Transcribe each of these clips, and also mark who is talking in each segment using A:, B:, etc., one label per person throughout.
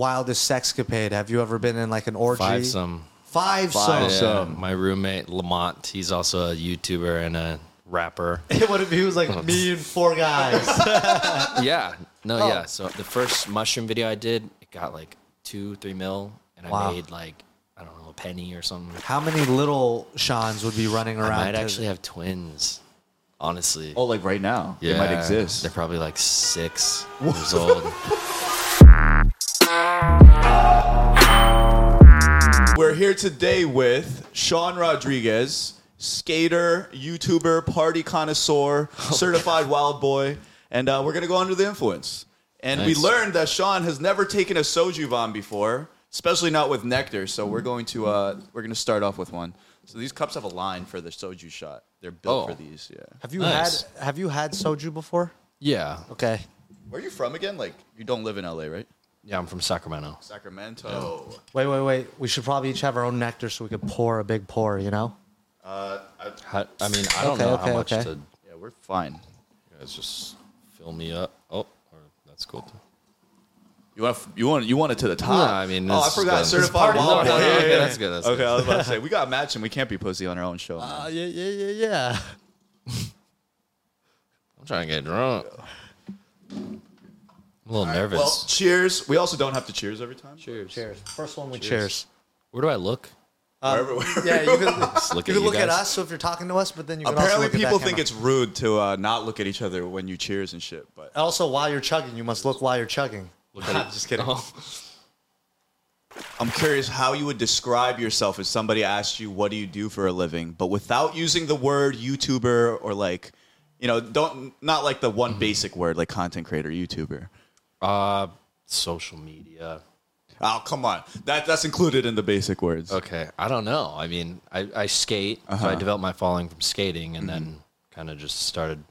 A: wildest sexcapade? Have you ever been in like an orgy?
B: Five some.
A: Five some.
B: Yeah, my roommate Lamont, he's also a YouTuber and a rapper.
A: What if he was like me and four guys?
B: yeah, no, yeah. So the first mushroom video I did, it got like two, three mil, and
A: Wow.
B: I made like I don't know a penny or something.
A: How many little Sean's would be running around?
B: I might
A: to-
B: actually have twins, honestly.
C: Oh, like right now, it might exist.
B: They're probably like six years old.
C: We're here today with Sean Rodriguez, skater, YouTuber, party connoisseur, certified wild boy, and uh, we're gonna go under the influence. And
B: Nice.
C: we learned that Sean has never taken a soju bomb before, especially not with nectar. So we're going to uh, we're gonna start off with one. So these cups have a line for the soju shot. They're built
B: Oh.
C: for these. Yeah.
A: have you
B: Nice.
A: had Have you had soju before?
B: yeah,
A: Okay.
C: Where are you from again? Like you don't live in LA, right?
B: yeah. I'm from Sacramento.
C: Sacramento.
A: Wait, wait, wait. We should probably each have our own nectar so we could pour a big pour. You know.
B: How, I mean, I don't
A: Okay,
B: know
A: okay,
B: how much
A: okay.
B: to.
C: Uh, Yeah, we're fine.
B: You guys just fill me up. Oh, or, that's cool. Too.
C: You want you want you want it to the top.
B: No, I mean,
C: oh,
B: this
C: I
B: is
C: forgot
B: good.
C: certified
B: This is
C: wild
B: part-
C: boy.
B: no, no, no,
C: Yeah,
B: okay,
C: yeah,
B: that's good, that's
C: okay,
B: good. Uh,
C: I was about to say we got matching. We can't be pussy on our own show. man.
A: Uh, yeah, yeah, yeah, yeah.
B: I'm trying to get drunk. I'm a little nervous.
C: well, cheers. We also don't have to cheers every time.
B: cheers.
A: Cheers. First one we cheers.
B: Where do I look?
C: Wherever we're-
A: Yeah, you can
B: Just look
A: you can
B: at you
A: look at
B: guys.
A: us. So if you're talking to us, but then you can also
C: Apparently,
A: look at
C: people
A: that
C: think
A: camera.
C: it's rude to uh, not look at each other when you cheers and shit. But
A: Also, while you're chugging, you must look while you're chugging.
B: Look at it.
A: Just kidding.
C: I'm curious how you would describe yourself if somebody asked you, "What do you do for a living?" But without using the word YouTuber or like, you know, don't not like the one
B: Mm-hmm.
C: basic word like content creator, YouTuber.
B: Uh, social media.
C: Oh, come on, that that's included in the basic words.
B: Okay, I don't know. I mean, I, I skate, so I developed my following from skating, and then kind of just started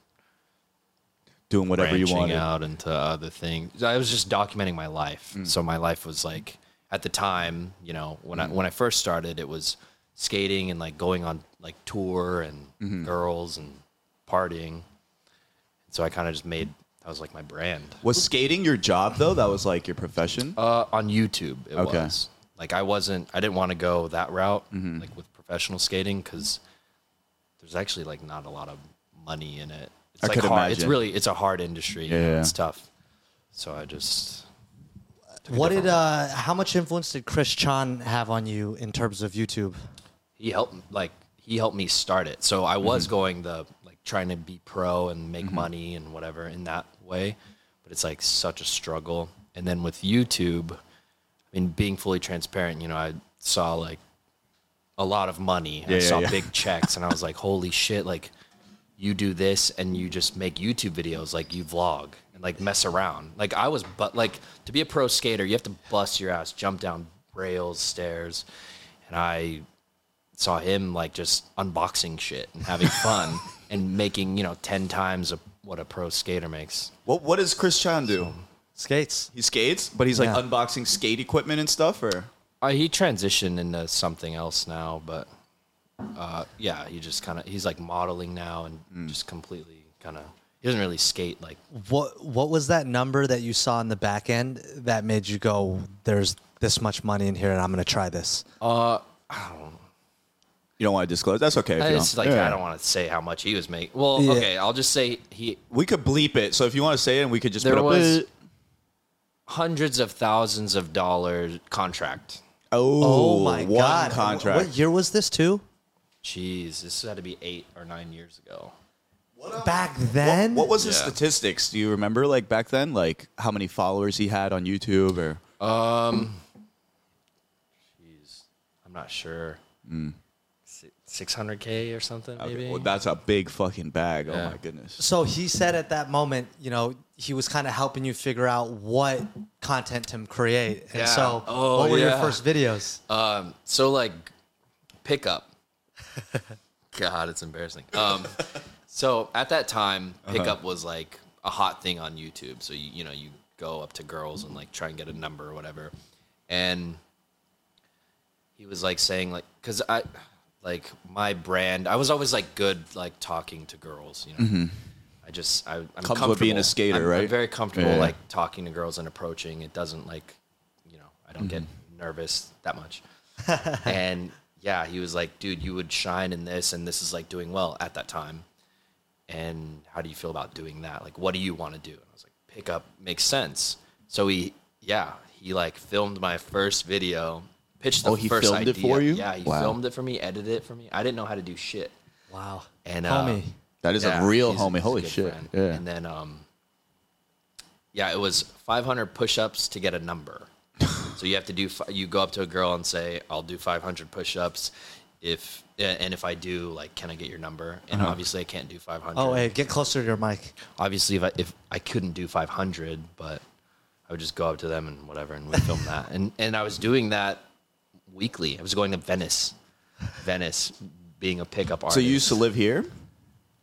C: Doing whatever you
B: branching
C: want.
B: out into other things. I was just documenting my life.
C: Mm.
B: So my life was like at the time, you know, when
C: Mm.
B: I when I first started, it was skating and like going on like tour and
C: Mm-hmm.
B: girls and partying. So I kind of just made that was like my brand.
C: Was skating your job though? That was like your profession.
B: Uh, on YouTube, it
C: Okay.
B: was like I wasn't. I didn't want to go that route,
C: Mm-hmm.
B: like with professional skating, because there's actually like not a lot of money in it. It's
C: I
B: like
C: could
B: hard. It's
C: imagine.
B: really it's a hard industry. you know,
C: Yeah.
B: it's tough. So I just
A: What did uh how much influence did Chris Chan have on you in terms of YouTube?
B: he helped like he helped me start it. So I was
C: Mm-hmm.
B: going the like trying to be pro and make money and whatever in that way, but it's like such a struggle. And then with YouTube, I mean, being fully transparent, you know, I saw like a lot of money. I
C: Yeah, yeah,
B: saw
C: yeah.
B: big checks, and I was like, holy shit! Like you do this and you just make YouTube videos, like you vlog and like mess around. Like I was, but like to be a pro skater, you have to bust your ass, jump down rails, stairs, and I saw him like just unboxing shit and having fun and making you know 10 times a, what a pro skater makes
C: what What does Chris Chan do?
A: Skates.
C: He skates, but he's like
A: Yeah.
C: unboxing skate equipment and stuff. Or
B: uh, he transitioned into something else now but uh, yeah he just kind of he's like modeling now and
C: Hmm.
B: just completely kind of he doesn't really skate like
A: What what was that number that you saw in the back end that made you go, There's this much money in here and I'm gonna try this?
C: you don't want to disclose? That's okay. If you
B: it's
C: don't.
B: like
C: Yeah.
B: i don't want to say how much he was making well
A: Yeah.
B: okay i'll just say he
C: We could bleep it. So if you want to say it, we could just.
B: There
C: put a
B: was-
C: bleep.
B: hundreds of thousands of dollars contract
C: Oh,
A: oh my
C: one
A: god.
C: Contract.
A: What year was this too?
B: jeez this had to be eight or nine years ago
A: Back then?
C: What was the
B: Yeah.
C: statistics? Do you remember, like back then, like how many followers he had on YouTube, or
B: Jeez, I'm not sure. Six hundred k or something, maybe.
C: Hmm. well, that's a big fucking bag.
B: Yeah.
C: Oh my goodness.
A: so he said at that moment, you know, he was kind of helping you figure out what content to create. And
B: Yeah.
A: so
B: Oh,
A: what were your
B: yeah.
A: first videos?
C: Uh,
B: so like, pickup. God, it's embarrassing. Um, so at that time,
C: Uh-huh.
B: pickup was like a hot thing on YouTube. So you you know you go up to girls and like try and get a number or whatever, and he was like saying like because I like my brand. I was always like good like talking to girls. You know, I just I, I'm
C: Comes
B: comfortable
C: with Mm-hmm. being a skater,
B: I'm- I'm
C: right?
B: very comfortable
C: Yeah.
B: like talking to girls and approaching. It doesn't like you know, I don't get
C: Mm-hmm.
B: nervous that much. and yeah, he was like, dude, you would shine in this, and this is like doing well at that time. And how do you feel about doing that? Like, what do you want to do? And I was like, pick up makes sense. So he, yeah, he like filmed my first video, pitched the
C: Oh, he
B: first
C: filmed it
B: idea.
C: for you?
B: Yeah, he
C: Wow.
B: filmed it for me, edited it for me. I didn't know how to do shit.
A: Wow.
B: And uh,
A: Homie.
C: That is
B: yeah,
C: a real
B: he's-
C: homie.
B: he's a
C: Holy
B: good
C: shit.
B: friend.
C: Yeah.
B: And then, um, yeah, it was 500 push-ups to get a number. so you have to do. fi- You go up to a girl and say, "I'll do 500 push-ups." If a- and if I do, like, can I get your number? And obviously, I can't do 500.
A: Uh-huh. Oh, hey, get closer to your mic.
B: Obviously, if I, if I couldn't do 500, but I would just go up to them and whatever, and we film that. And and I was doing that weekly. I was going to Venice, Venice, being a pickup artist.
C: so you used to live here?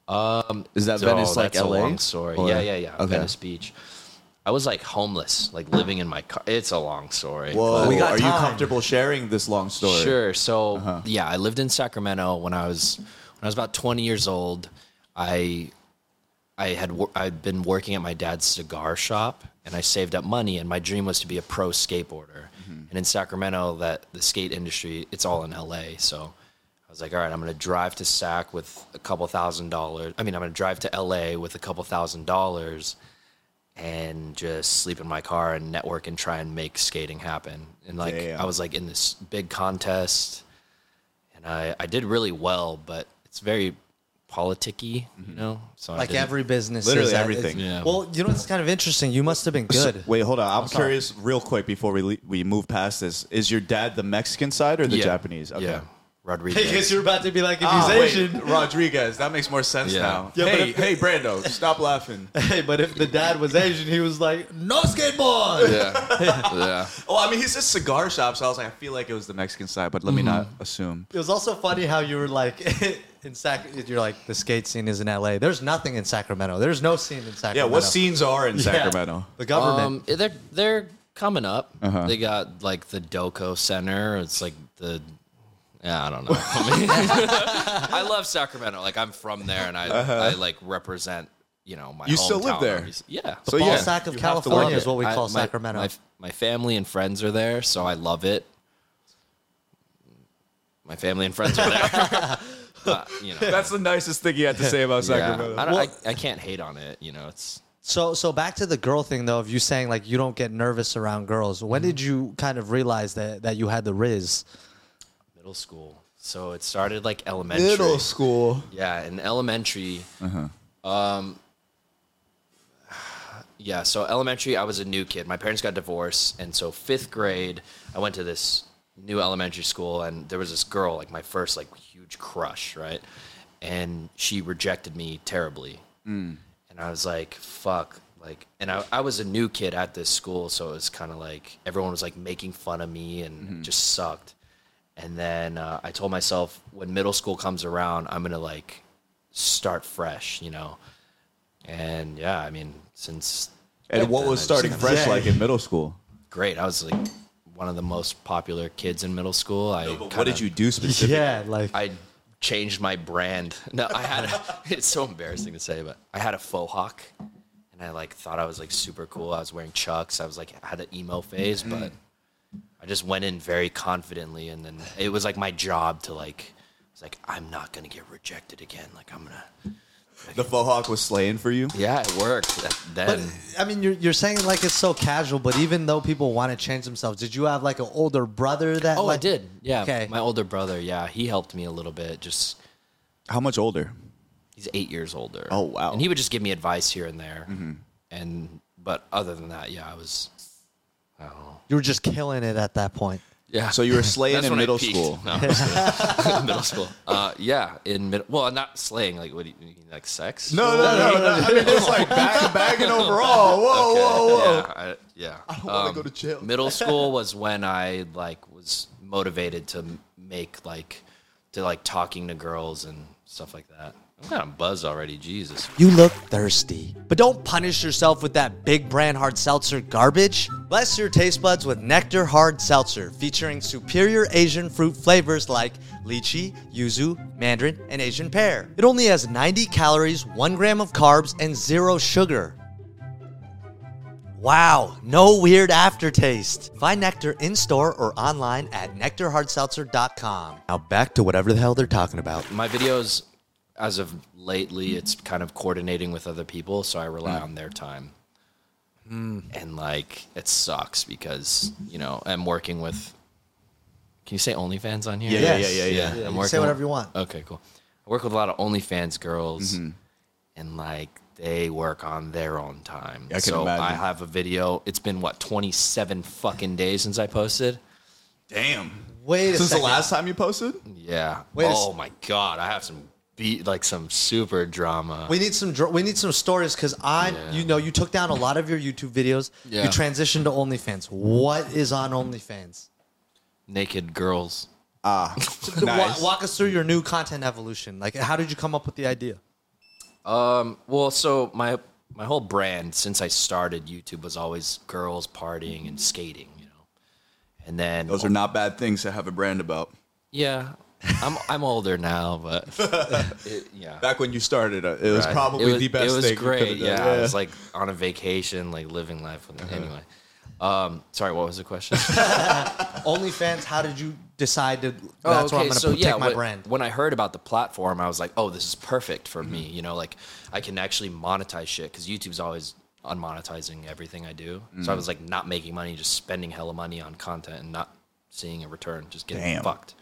C: Um, is that Venice like
B: that's
C: LA?
B: A long story.
C: Or-
B: Yeah, yeah, yeah.
C: Okay.
B: Venice Beach. I was like homeless, like living in my car. It's a long story.
C: Whoa,
A: We got
C: are you
A: time.
C: comfortable sharing this long story?
B: Sure. So yeah, I lived in Sacramento when I was when I was about 20 years old. I I had wor- I'd been working at my dad's cigar shop, and I saved up money, and my dream was to be a pro skateboarder. And in Sacramento, that the skate industry, it's all in LA. So I was like, all right, I'm gonna drive to Sac with a couple thousand dollars. I mean, I'm gonna drive to LA with a couple thousand dollars. And just sleep in my car and network and try and make skating happen. And like
C: Damn.
B: I was like in this big contest, and I, I did really well, but it's very politicky, you
C: Mm-hmm.
B: know. So I
A: Like
B: didn't-
A: every business.
C: Literally
A: is that.
C: everything.
A: It's-
B: Yeah.
A: Well, you know what's kind of interesting? You must have been good.
C: Wait, hold on. I'm curious, real quick, before we le- we move past this, is your dad the Mexican side or the
B: Yeah.
C: Japanese? Okay.
B: Yeah.
A: I guess
B: Rodriguez.
A: you're about to be like, if
C: Ah,
A: he's
C: wait,
A: Asian.
C: Rodriguez. That makes more sense
B: Yeah.
C: now.
A: Yeah, but
C: hey,
A: if-
C: hey, Brando, stop laughing.
A: Hey, but if the dad was Asian, he was like, no skateboard.
B: yeah. yeah.
C: Oh, I mean, he's a cigar shop, so I was like, I feel like it was the Mexican side, but let
A: Mm-hmm.
C: me not assume.
A: It was also funny how you were like in Sac. You're like the skate scene is in L.A. There's nothing in Sacramento. There's no scene in Sacramento.
C: Yeah, what scenes are in
A: Yeah.
C: Sacramento?
A: The government.
B: Um, they're they're coming up.
C: Uh-huh.
B: They got like the Doco Center. It's like the yeah, I don't know. I, mean, I love Sacramento. Like I'm from there, and I I like represent you know my.
C: Uh-huh. You still live
B: hometown,
C: there?
B: obviously. Yeah.
C: So
A: Ball
C: yeah,
A: sack of
C: you have to love
A: California
C: it.
A: is what we
B: I-
A: call
B: my-
A: Sacramento.
B: My, my family and friends are there, so I love it. My family and friends are there. Uh, you know,
C: That's the nicest thing you had to say about
B: yeah. I,
C: Sacramento.
B: don't,
A: Well-
B: I, I can't hate on it. You know, it's
A: so, so back to the girl thing though, of you saying like you don't get nervous around girls. When did you kind of realize that that you had the riz?
B: middle school. So it started like elementary.
C: school.
B: Yeah, in elementary. Um, yeah, so elementary, I was a new kid. My parents got divorced, and so fifth grade, I went to this new elementary school, and there was this girl, like my first like huge crush, right? And she rejected me terribly, and I was like, fuck. Like, and I, I was a new kid at this school, so it was kind of like everyone was like making fun of me, and
C: Mm-hmm.
B: it just sucked. And then uh, I told myself, when middle school comes around, I'm gonna like start fresh, you know. And yeah, I mean, since
C: And what
B: then, I
C: was
B: just
C: starting
B: kinda-
C: fresh like in middle school?
B: Great, I was like one of the most popular kids in middle school. I
C: what
B: kinda-
C: did you do specifically?
A: Yeah, like
B: I changed my brand. No, I had. A, it's so embarrassing to say, but I had a faux hawk, and I like thought I was like super cool. I was wearing Chucks. I was like had an emo phase, but I just went in very confidently, and then it was like my job to like. It's like I'm not gonna get rejected again. Like I'm gonna.
C: The faux hawk was slaying for you?
B: Yeah, it worked. That-
A: But
B: Then
A: I mean, you're you're saying like it's so casual, but even though people want to change themselves, did you have like an older brother that?
B: oh, I
A: like-
B: did. Yeah,
A: Okay.
B: my older brother. Yeah, he helped me a little bit. Just
C: How much older?
B: he's eight years older.
C: Oh, wow.
B: And he would just give me advice here and there, and but other than that, yeah, I was
A: you were just killing it at that point.
B: yeah.
C: So you were slaying
B: That's
C: in
B: when I
C: middle
B: peaked.
C: school.
B: No, I'm just kidding. middle school. Uh, yeah, in middle. Well, not slaying. Like what? Do you you mean, like sex?
C: No, no, no, no. I mean, it's like back, bagging overall. Whoa,
B: Okay,
C: whoa, whoa.
B: Yeah, I, yeah. I don't
C: wanna go to jail.
B: middle school was when I like was motivated to m- make like to like talking to girls and stuff like that. I'm kind of buzzed already. Jesus.
A: You look thirsty. But don't punish yourself with that big brand hard seltzer garbage. Bless your taste buds with Nectar Hard Seltzer, featuring superior Asian fruit flavors like lychee, yuzu, mandarin, and Asian pear. It only has 90 calories, 1 gram of carbs, and zero sugar. Wow, no weird aftertaste. Find Nectar in store or online at nectarhardseltzer.com. Now back to whatever the hell they're talking about.
B: my videos as of lately it's kind of coordinating with other people so i rely on their time and like it sucks because you know i'm working with can you say onlyfans on here
C: Yeah, yeah, yeah, yeah, yeah.
A: you
B: I'm
A: can
B: working
A: say whatever
B: with-
A: you want.
B: okay cool i work with a lot of onlyfans girls and like they work on their own time
C: I can
B: so i
C: imagine.
B: have a video it's been what 27 fucking days since i posted
C: Damn.
A: Wait a
C: Since
A: second.
C: the last time you posted?
B: yeah
A: Wait a s-
B: oh my god i have some beat like some super drama
A: We need some dr- we need some stories because I
B: Yeah.
A: you know you took down a lot of your YouTube videos.
B: Yeah.
A: You transitioned to OnlyFans. What is on OnlyFans?
B: naked girls
A: Wa-
C: Ah, Nice.
A: walk us through your new content evolution. Like, how did you come up with the idea?
B: Well, so my my whole brand since I started YouTube was always girls partying and skating, you know. And then
C: Those are not bad things to have a brand about.
B: yeah, I'm I'm older now, but it- yeah.
C: Back when you started, uh, it was
B: Right.
C: probably
B: It was-
C: the best
B: It was
C: thing. you
B: great.
C: could've done. Uh-huh.
B: Yeah, I was like on a vacation, like living life. With, Anyway, um, sorry, what was the question?
A: OnlyFans. How did you decide to? That's
B: Oh,
A: where I'm
B: okay,
A: going to
B: so
A: take
B: yeah,
A: my
B: when,
A: brand.
B: When I heard about the platform, I was like, oh, this is perfect for me. You know, like I can actually monetize shit because YouTube's always unmonetizing everything I do. So I
A: Mm.
B: was like, not making money, just spending hella money on content and not seeing a return, just getting
C: Damn.
B: fucked.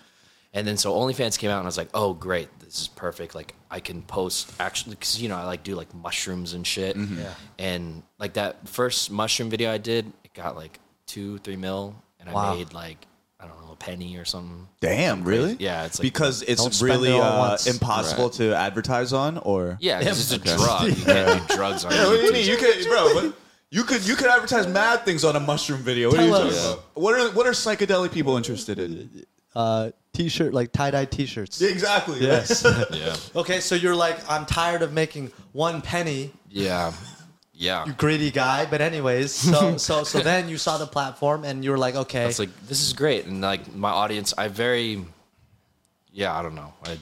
B: And then so OnlyFans came out, and I was like, oh, great, this is perfect. Like I can post actually because you know I like do like mushrooms and shit.
A: Mm-hmm.
B: Yeah. And like that first mushroom video I did, it got like two, three mil, and
A: Wow.
B: I made like. I don't know, a penny or something.
C: Damn, really?
B: Yeah, it's like-
C: because
A: Don't
C: it's
A: spend it
C: really
A: all at
C: uh,
A: once.
C: impossible to advertise on, or
B: Yeah, 'cause
A: Yeah.
B: it's a drug. You can't do drugs on YouTube.
C: you could, bro. What, you could you could advertise mad things on a mushroom video. What are you
A: Tell
C: talking
A: us.
C: about? What are what are psychedelic people interested in?
A: Uh, t-shirt like tie-dye T-shirts.
C: Exactly.
A: Yes.
B: Yeah,
A: okay, so you're like, I'm tired of making one penny,
B: yeah, yeah.
A: you greedy guy. But anyways, so so so then you saw the platform and you were like, okay,
B: It's like this is great, and like my audience, I very, yeah, I don't know. I,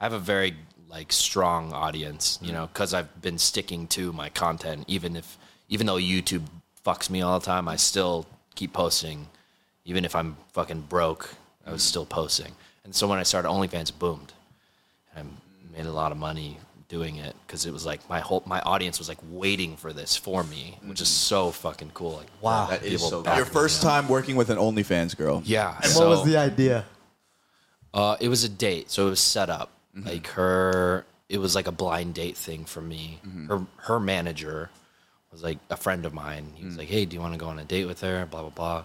B: I have a very like strong audience, you know, because I've been sticking to my content, even if even though YouTube fucks me all the time, I still keep posting, even if I'm fucking broke, I was still posting. And so when I started OnlyFans, it boomed. I made a lot of money doing it because it was like my whole my audience was like waiting for this for me, which is so fucking cool. Like
A: Wow.
B: that
A: That
C: It is
B: people
C: so
B: back
C: Your
B: me
C: first
B: up.
C: time working with an OnlyFans girl.
B: yeah.
A: and
B: so,
A: what was the idea?
B: Uh, it was a date, so it was set up.
A: Mm-hmm.
B: Like her, it was like a blind date thing for me.
A: Mm-hmm.
B: Her her manager was like a friend of mine. He was
A: Mm.
B: like, "Hey, do you want to go on a date with her?" Blah blah blah.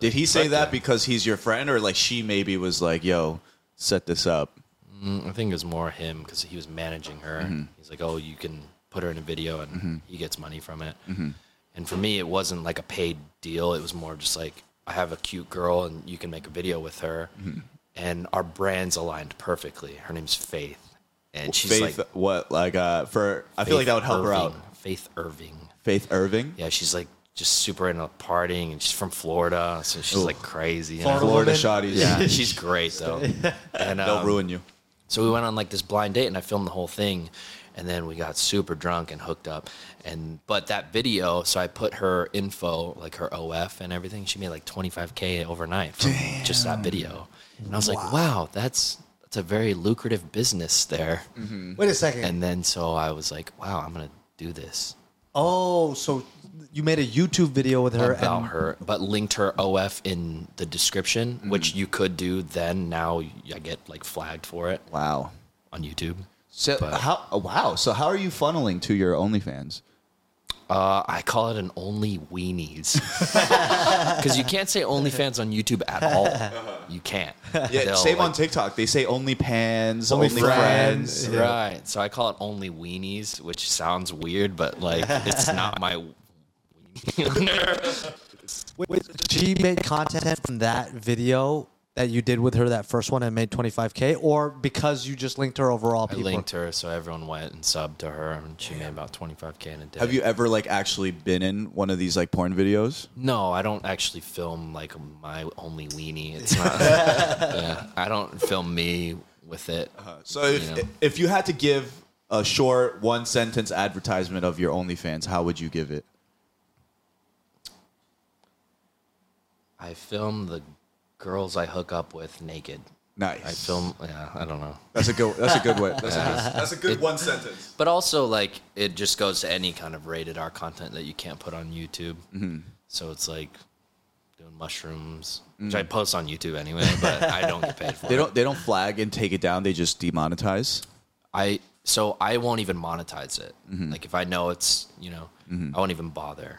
C: Did he say that because he's your friend, or like she maybe was like, "Yo, set this up."
B: Mm, I think it was more him because he was managing her.
A: Mm-hmm.
B: He's like, "Oh, you can put her in a video, and he gets money from it."
A: Mm-hmm.
B: And for me, it wasn't like a paid deal. It was more just like, "I have a cute girl, and you can make a video with her."
A: Mm-hmm.
B: And our brands aligned perfectly. Her name's Faith, and she's
C: Faith,
B: like,
C: what like uh for? I feel like that would help her out.
B: Irving. Faith Irving.
C: Faith Irving.
B: Yeah, she's like just super into partying, and she's from Florida, so she's like crazy. you know?
A: Florida
C: Florida
A: woman.
C: shotties.
B: Yeah, she's great though. And
C: They'll
B: um,
C: ruin you.
B: so we went on like this blind date, and I filmed the whole thing, and then we got super drunk and hooked up. And but that video, so I put her info, like her OF and everything. She made like 25k overnight from just that video, and I was like, wow, that's that's a very lucrative business there.
A: Wait a second.
B: And then so I was like, wow, I'm gonna do this.
A: oh, so you made a YouTube video with her
B: about
A: and
B: her, but linked her OF in the description,
C: Mm-hmm.
B: which you could do then. Now I get like flagged for it
C: Wow.
B: on YouTube.
C: So
B: But-
C: how? oh, wow. So how are you funneling to your OnlyFans?
B: Uh, I call it an only weenies because you can't say OnlyFans on YouTube at all. You can't.
C: Yeah,
B: They'll,
C: same on
B: like-
C: TikTok. They say only pans,
A: Only
C: only,
A: friends.
C: friends.
A: Yeah.
B: Right. So I call it only weenies, which sounds weird, but like it's not my.
A: Wait, she made content from that video that you did with her that first one and made 25k or because you just linked her overall
B: I
A: people
B: linked her, so everyone went and subbed to her, and she made about twenty five k in a day.
C: Have you ever like actually been in one of these like porn videos?
B: No, I don't actually film like my only weenie. It's not. yeah, I don't film me with it.
C: So if
B: Yeah.
C: if you had to give a short one sentence advertisement of your OnlyFans, how would you give it?
B: I film the girls I hook up with naked.
C: Nice.
B: I film. Yeah, I don't know.
C: That's a good. That's a good way. That's, a, good, that's a good one sentence.
B: But also, like, it just goes to any kind of rated R content that you can't put on YouTube. So it's like doing mushrooms, which I post on YouTube anyway, but I don't get paid for
C: They
B: it.
C: don't. They don't flag and take it down. They just demonetize.
B: I so I won't even monetize it.
A: Mm-hmm.
B: Like if I know it's you know I won't even bother,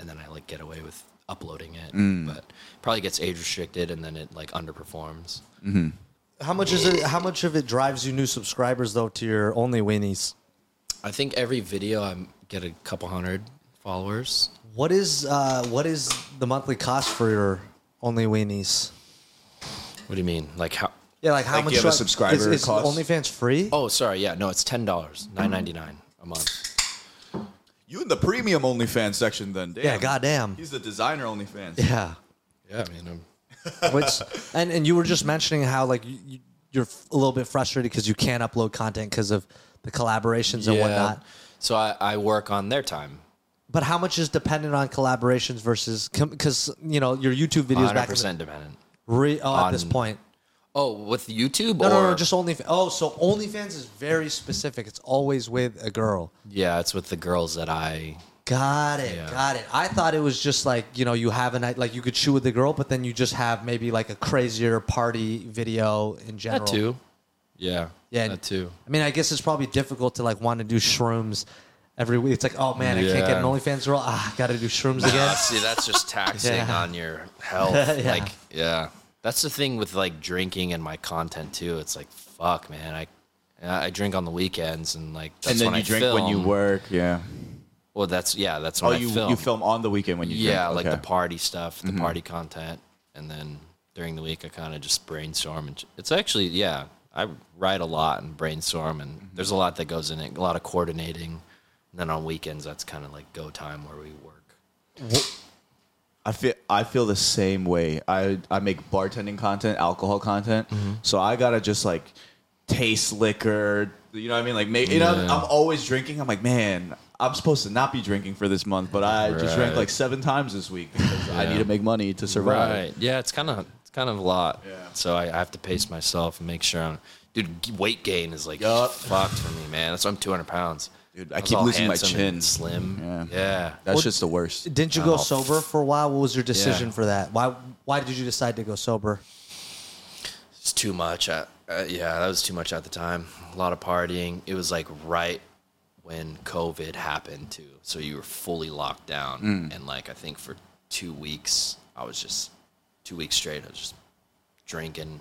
B: and then I like get away with uploading it,
A: Mm.
B: but probably gets age restricted and then it like underperforms.
A: How much is it? How much of it drives you new subscribers though to your only weenies?
B: I think every video I get a couple hundred followers.
A: What is uh, what is the monthly cost for your only weenies?
B: What do you mean? Like how?
A: Yeah, like how
C: Like,
A: much?
C: do you have a
A: is-
C: subscriber
A: is,
C: cost?
A: OnlyFans free?
B: Oh, sorry. Yeah, no, it's ten dollars, nine ninety nine a month.
C: You in the premium OnlyFans section then? Damn.
A: Yeah, goddamn.
C: He's the designer OnlyFans.
A: Yeah.
B: Yeah, I mean, i
A: Which and and you were just mentioning how like you- you, you're a little bit frustrated because you can't upload content because of the collaborations and whatnot.
B: So I, I work on their time.
A: But how much is dependent on collaborations versus because you know your YouTube videos
B: Hundred
A: back in the,
B: percent dependent.
A: re, oh, at this
B: on-
A: point.
B: Oh, with YouTube
A: No,
B: or
A: no, no, just OnlyFans. Oh, so OnlyFans is very specific. It's always with a girl.
B: yeah, it's with the girls that I
A: Got it,
B: Yeah.
A: got it. I thought it was just like you know you have a night like you could shoot with a girl, but then you just have maybe like a crazier party video in general.
B: That too. Yeah.
A: Yeah,
B: That too.
A: I mean, I guess it's probably difficult to like want to do shrooms every week. It's like, oh man, I can't get
B: Yeah.
A: an OnlyFans girl. Ah, got to do shrooms
B: Uh,
A: again.
B: see, that's just taxing
A: Yeah.
B: on your health.
A: Yeah.
B: Like, yeah. That's the thing with like drinking and my content too. It's like, fuck, man. I I drink on the weekends and like that's
C: and then
B: when
C: you
B: I
C: drink when you
B: film.
C: work. Yeah.
B: Well, that's yeah, that's
C: Oh,
B: when I
C: you
B: film.
C: you film on the weekend when you
B: Yeah,
C: drink.
B: like
C: Okay. Mm-hmm.
B: the party stuff, the party content, and then during the week I kind of just brainstorm. And j- it's actually yeah, I write a lot and brainstorm, and
C: Mm-hmm.
B: there's a lot that goes in it, a lot of coordinating. And then on weekends, that's kind of like go time where we work.
C: I feel I feel the same way. I I make bartending content, alcohol content,
B: Mm-hmm.
C: so I gotta just like taste liquor. You know what I mean? Like, make, you know,
B: Yeah.
C: I'm always drinking. I'm like, man, I'm supposed to not be drinking for this month, but I just drank
B: Right.
C: like seven times this week because I
B: Yeah.
C: need to make money to survive.
B: Yeah, it's kind of it's kind of a lot.
C: Yeah.
B: So I, I have to pace myself and make sure I'm. Dude, g- weight gain is like
C: Yup.
B: fucked for me, man. That's why I'm 200 pounds.
C: Dude, I
B: was
C: keep
B: all
C: losing my
B: handsome and
C: chin.
B: Slim.
C: Yeah.
B: Yeah.
C: That's just the worst.
A: Didn't you go
B: Oh.
A: sober for a while? What was your decision for that? Why Why did you decide to go sober?
B: It's too much. I, uh, yeah, that was too much at the time. A lot of partying. It was like right when COVID happened too, so you were fully locked down,
C: Mm.
B: and like I think for two weeks, I was just two weeks straight. I was just drinking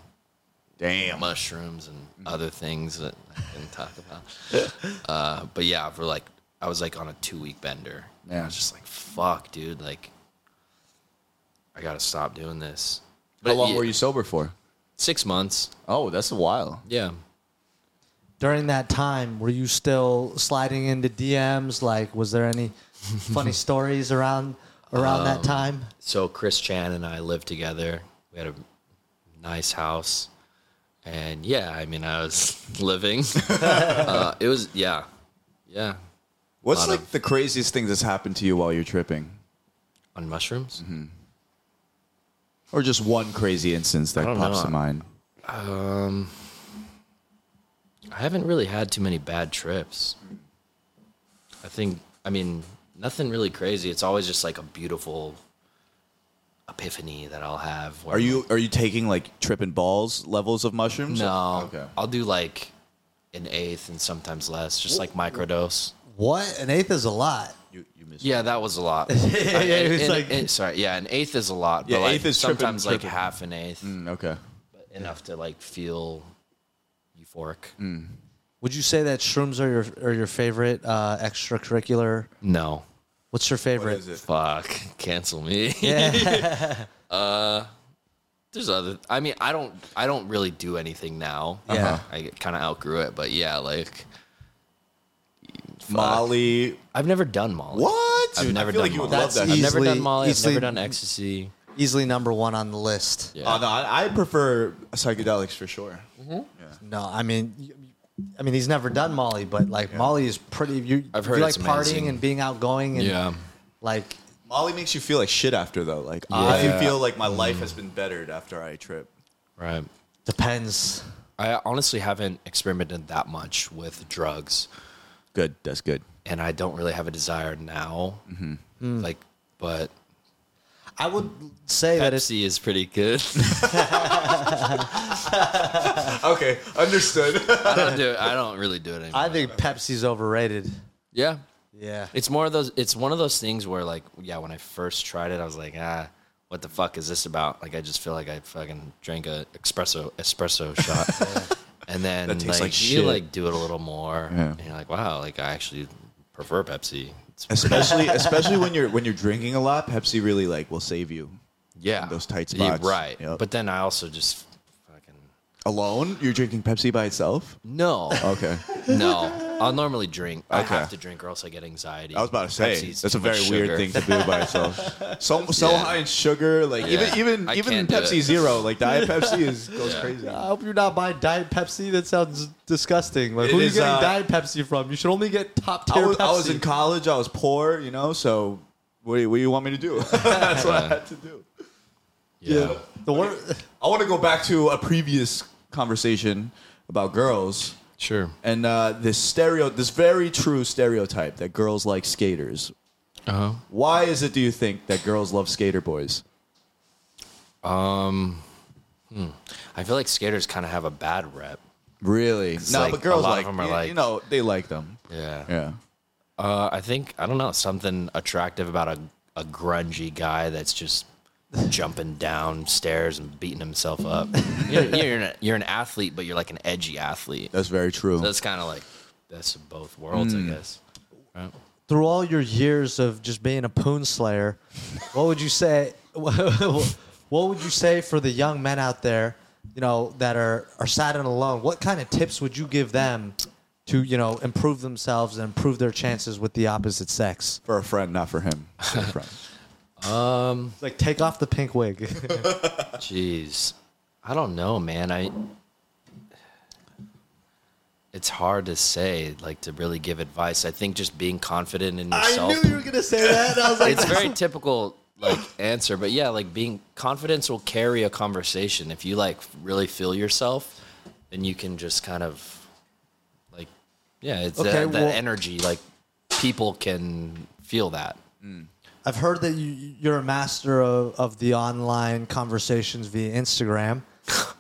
C: Damn. Mm-hmm.
B: mushrooms and other things that I didn't talk about. uh, but yeah, for like I was like on a two week bender. And I
C: Yeah.
B: was just like, fuck, dude. Like, I gotta stop doing this.
C: How
B: But
C: long
B: yeah,
C: were you sober for?
B: Six months.
C: Oh, that's a while.
B: Yeah.
A: During that time, were you still sliding into DMs? Like, was there any funny stories around around that time?
B: so Chris Chan and I lived together. We had a nice house, and yeah, I mean, I was living. uh, it was yeah, yeah,
C: What's
B: Lot
C: like
B: of-
C: the craziest thing that's happened to you while you're tripping,
B: on mushrooms.
C: Mm-hmm. or just one crazy instance that
B: don't
C: pops
B: know.
C: to mind?
B: I haven't really had too many bad trips. I think, I mean, nothing really crazy. It's always just like a beautiful epiphany that I'll have. where
C: Are you are you taking like tripping balls levels of mushrooms?
B: No,
C: Okay.
B: I'll do like an eighth and sometimes less, just like microdose.
A: What an eighth is a lot.
C: You, you missed.
B: Yeah, that was a lot. yeah,
A: it was like-
B: sorry, yeah, an eighth is a lot.
C: Yeah,
B: but
C: eighth
B: like,
C: is tripping-
B: sometimes like
C: tripping.
B: half an eighth,
C: Mm, okay.
B: but enough to like feel euphoric.
C: Mm.
A: Would you say that shrooms are your are your favorite uh, extracurricular?
B: No,
A: What's your favorite?
B: fuck, cancel me. Uh, There's other. I mean, I don't. I don't really do anything now. Uh-huh.
A: Yeah.
B: I kind of outgrew it, but yeah, like
C: Molly.
B: I've never done Molly.
C: What?
B: I've
C: Dude,
B: never
C: I feel
B: done
C: like you would
B: Molly.
C: love that.
A: That's
B: I've
A: easy.
C: I've
B: never
A: Easily-
B: done Molly. I've
A: easily-
B: never done ecstasy.
A: Easily number one on the list.
B: Yeah.
C: never- Oh, no, I, I prefer psychedelics for sure.
A: No, I mean, y- I mean, he's never done Molly, but like Molly is pretty. You, if
B: I've heard
A: you
B: it's
A: like partying
B: amazing.
A: and being outgoing and
B: Yeah.
A: like
C: Ollie makes you feel like shit after though. Like I
B: Yeah.
C: feel like my life has been bettered after I trip.
B: Right.
A: Depends.
B: I honestly haven't experimented that much with drugs,
C: Good. That's good.
B: and I don't really have a desire now.
C: Mm-hmm.
A: Mm.
B: Like, but
A: I would say that it's
B: Pepsi is pretty good.
C: Okay, understood.
B: I don't do. I don't really do it anymore.
A: I think Pepsi's overrated.
B: yeah,
A: Yeah.
B: it's more of those. It's one of those things where, like, yeah, when I first tried it, I was like, ah, what the fuck is this about? Like, I just feel like I fucking drank a espresso espresso shot, and then
C: That tastes
B: like,
C: like
B: you
C: shit.
B: like do it a little more,
C: Yeah.
B: and you're like, wow, like I actually prefer Pepsi. It's,
C: especially, especially when you're when you're drinking a lot, Pepsi really like will save you.
B: yeah,
C: those tight
B: Yeah,
C: spots.
B: right?
C: Yep.
B: But then I also just fucking
C: Alone, you're drinking Pepsi by itself.
B: no,
C: Okay,
B: Uh, no. I'll normally drink. I
C: Okay.
B: have to drink, or else I get anxiety.
C: I was about to say
B: Pepsi's
C: that's
B: too
C: a very
B: much
C: weird
B: sugar.
C: thing to do by itself. So so
B: Yeah.
C: high in sugar, like
B: Yeah.
C: even even
B: I
C: even
B: can't do
C: Pepsi
B: it.
C: Zero, like Diet Pepsi is goes crazy.
A: I hope you're not buying Diet Pepsi. That sounds disgusting. Like,
C: It
A: who are you
C: is,
A: getting
C: uh,
A: Diet Pepsi from? You should only get top
C: I
A: tier
C: was,
A: Pepsi.
C: I was in college. I was poor, you know. So what do you, what do you want me to do? That's what I had to do.
B: Yeah.
A: The wor-
C: I want to go back to a previous conversation about girls
B: Sure.
C: and uh, this stereo, this very true stereotype that girls like skaters.
B: Uh huh.
C: Why is it? Do you think that girls love skater boys?
B: I feel like skaters kind of have a bad rep.
C: Really? No,
B: like,
C: but girls
B: a lot of
C: like,
B: them are
C: you,
B: like-
C: you know they like them.
B: Yeah.
C: Yeah.
B: Uh, I think I don't know something attractive about a a grungy guy that's just jumping downstairs and beating himself up. You're you're an, you're an athlete, but you're like an edgy athlete.
C: That's Hmm. very true.
B: That's kind of like best of both worlds, I guess.
A: through all your years of just being a poon slayer, what would you say? what would you say for the young men out there, you know, that are are sad and alone? What kind of tips would you give them to, you know, improve themselves and improve their chances with the opposite sex?
C: for a friend, not for him. For a friend.
A: It's like take off the pink wig.
B: Jeez, I don't know, man. I it's hard to say, like to really give advice. I think just being confident in yourself.
A: were gonna say that. I was
B: it's very typical like answer but yeah like being confidence will carry a conversation if you like really feel yourself then you can just kind of like yeah it's
A: Okay,
B: that, that
A: well-
B: energy like people can feel that
A: I've heard that you, you're a master of, of the online conversations via Instagram.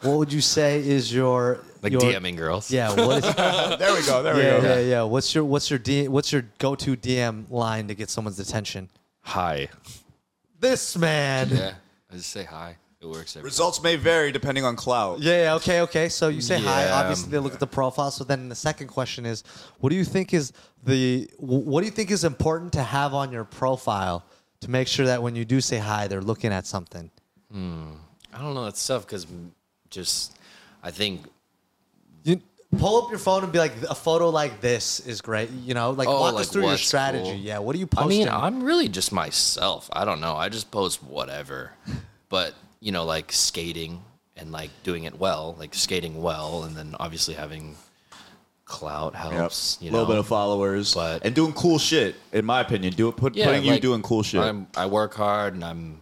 A: What would you say is your
B: like
A: your,
B: dming girls
A: Yeah. What is,
C: There we go. There
A: yeah,
C: we go.
A: yeah, yeah. What's your what's your D, what's your go to DM line to get someone's attention?
B: hi
A: This man. Yeah.
B: yeah i just say hi it works every
C: Results may vary depending on clout.
A: yeah, Okay. Okay. So you say hi.
B: Yeah.
A: Obviously, they look at the profile. So then the second question is, what do you think is the wh- what do you think is important to have on your profile to make sure that when you do say hi, they're looking at something?
B: i don't know it's tough because just i think
A: You pull up your phone and be like, a photo like this is great. You know, like
B: Oh,
A: walk us
B: like
A: through your
B: what's
A: strategy.
B: cool.
A: Yeah. What are you
B: I
A: posting?
B: mean, I'm really just myself. I don't know. I just post whatever. But, you know, like skating and like doing it well, like skating well, and then obviously having clout
C: Yep.
B: helps,
C: A
B: you know.
C: little bit of followers,
B: but-
C: and doing cool shit. In my opinion, do it. Put, putting you
B: like,
C: doing cool shit.
B: I'm, I work hard and I'm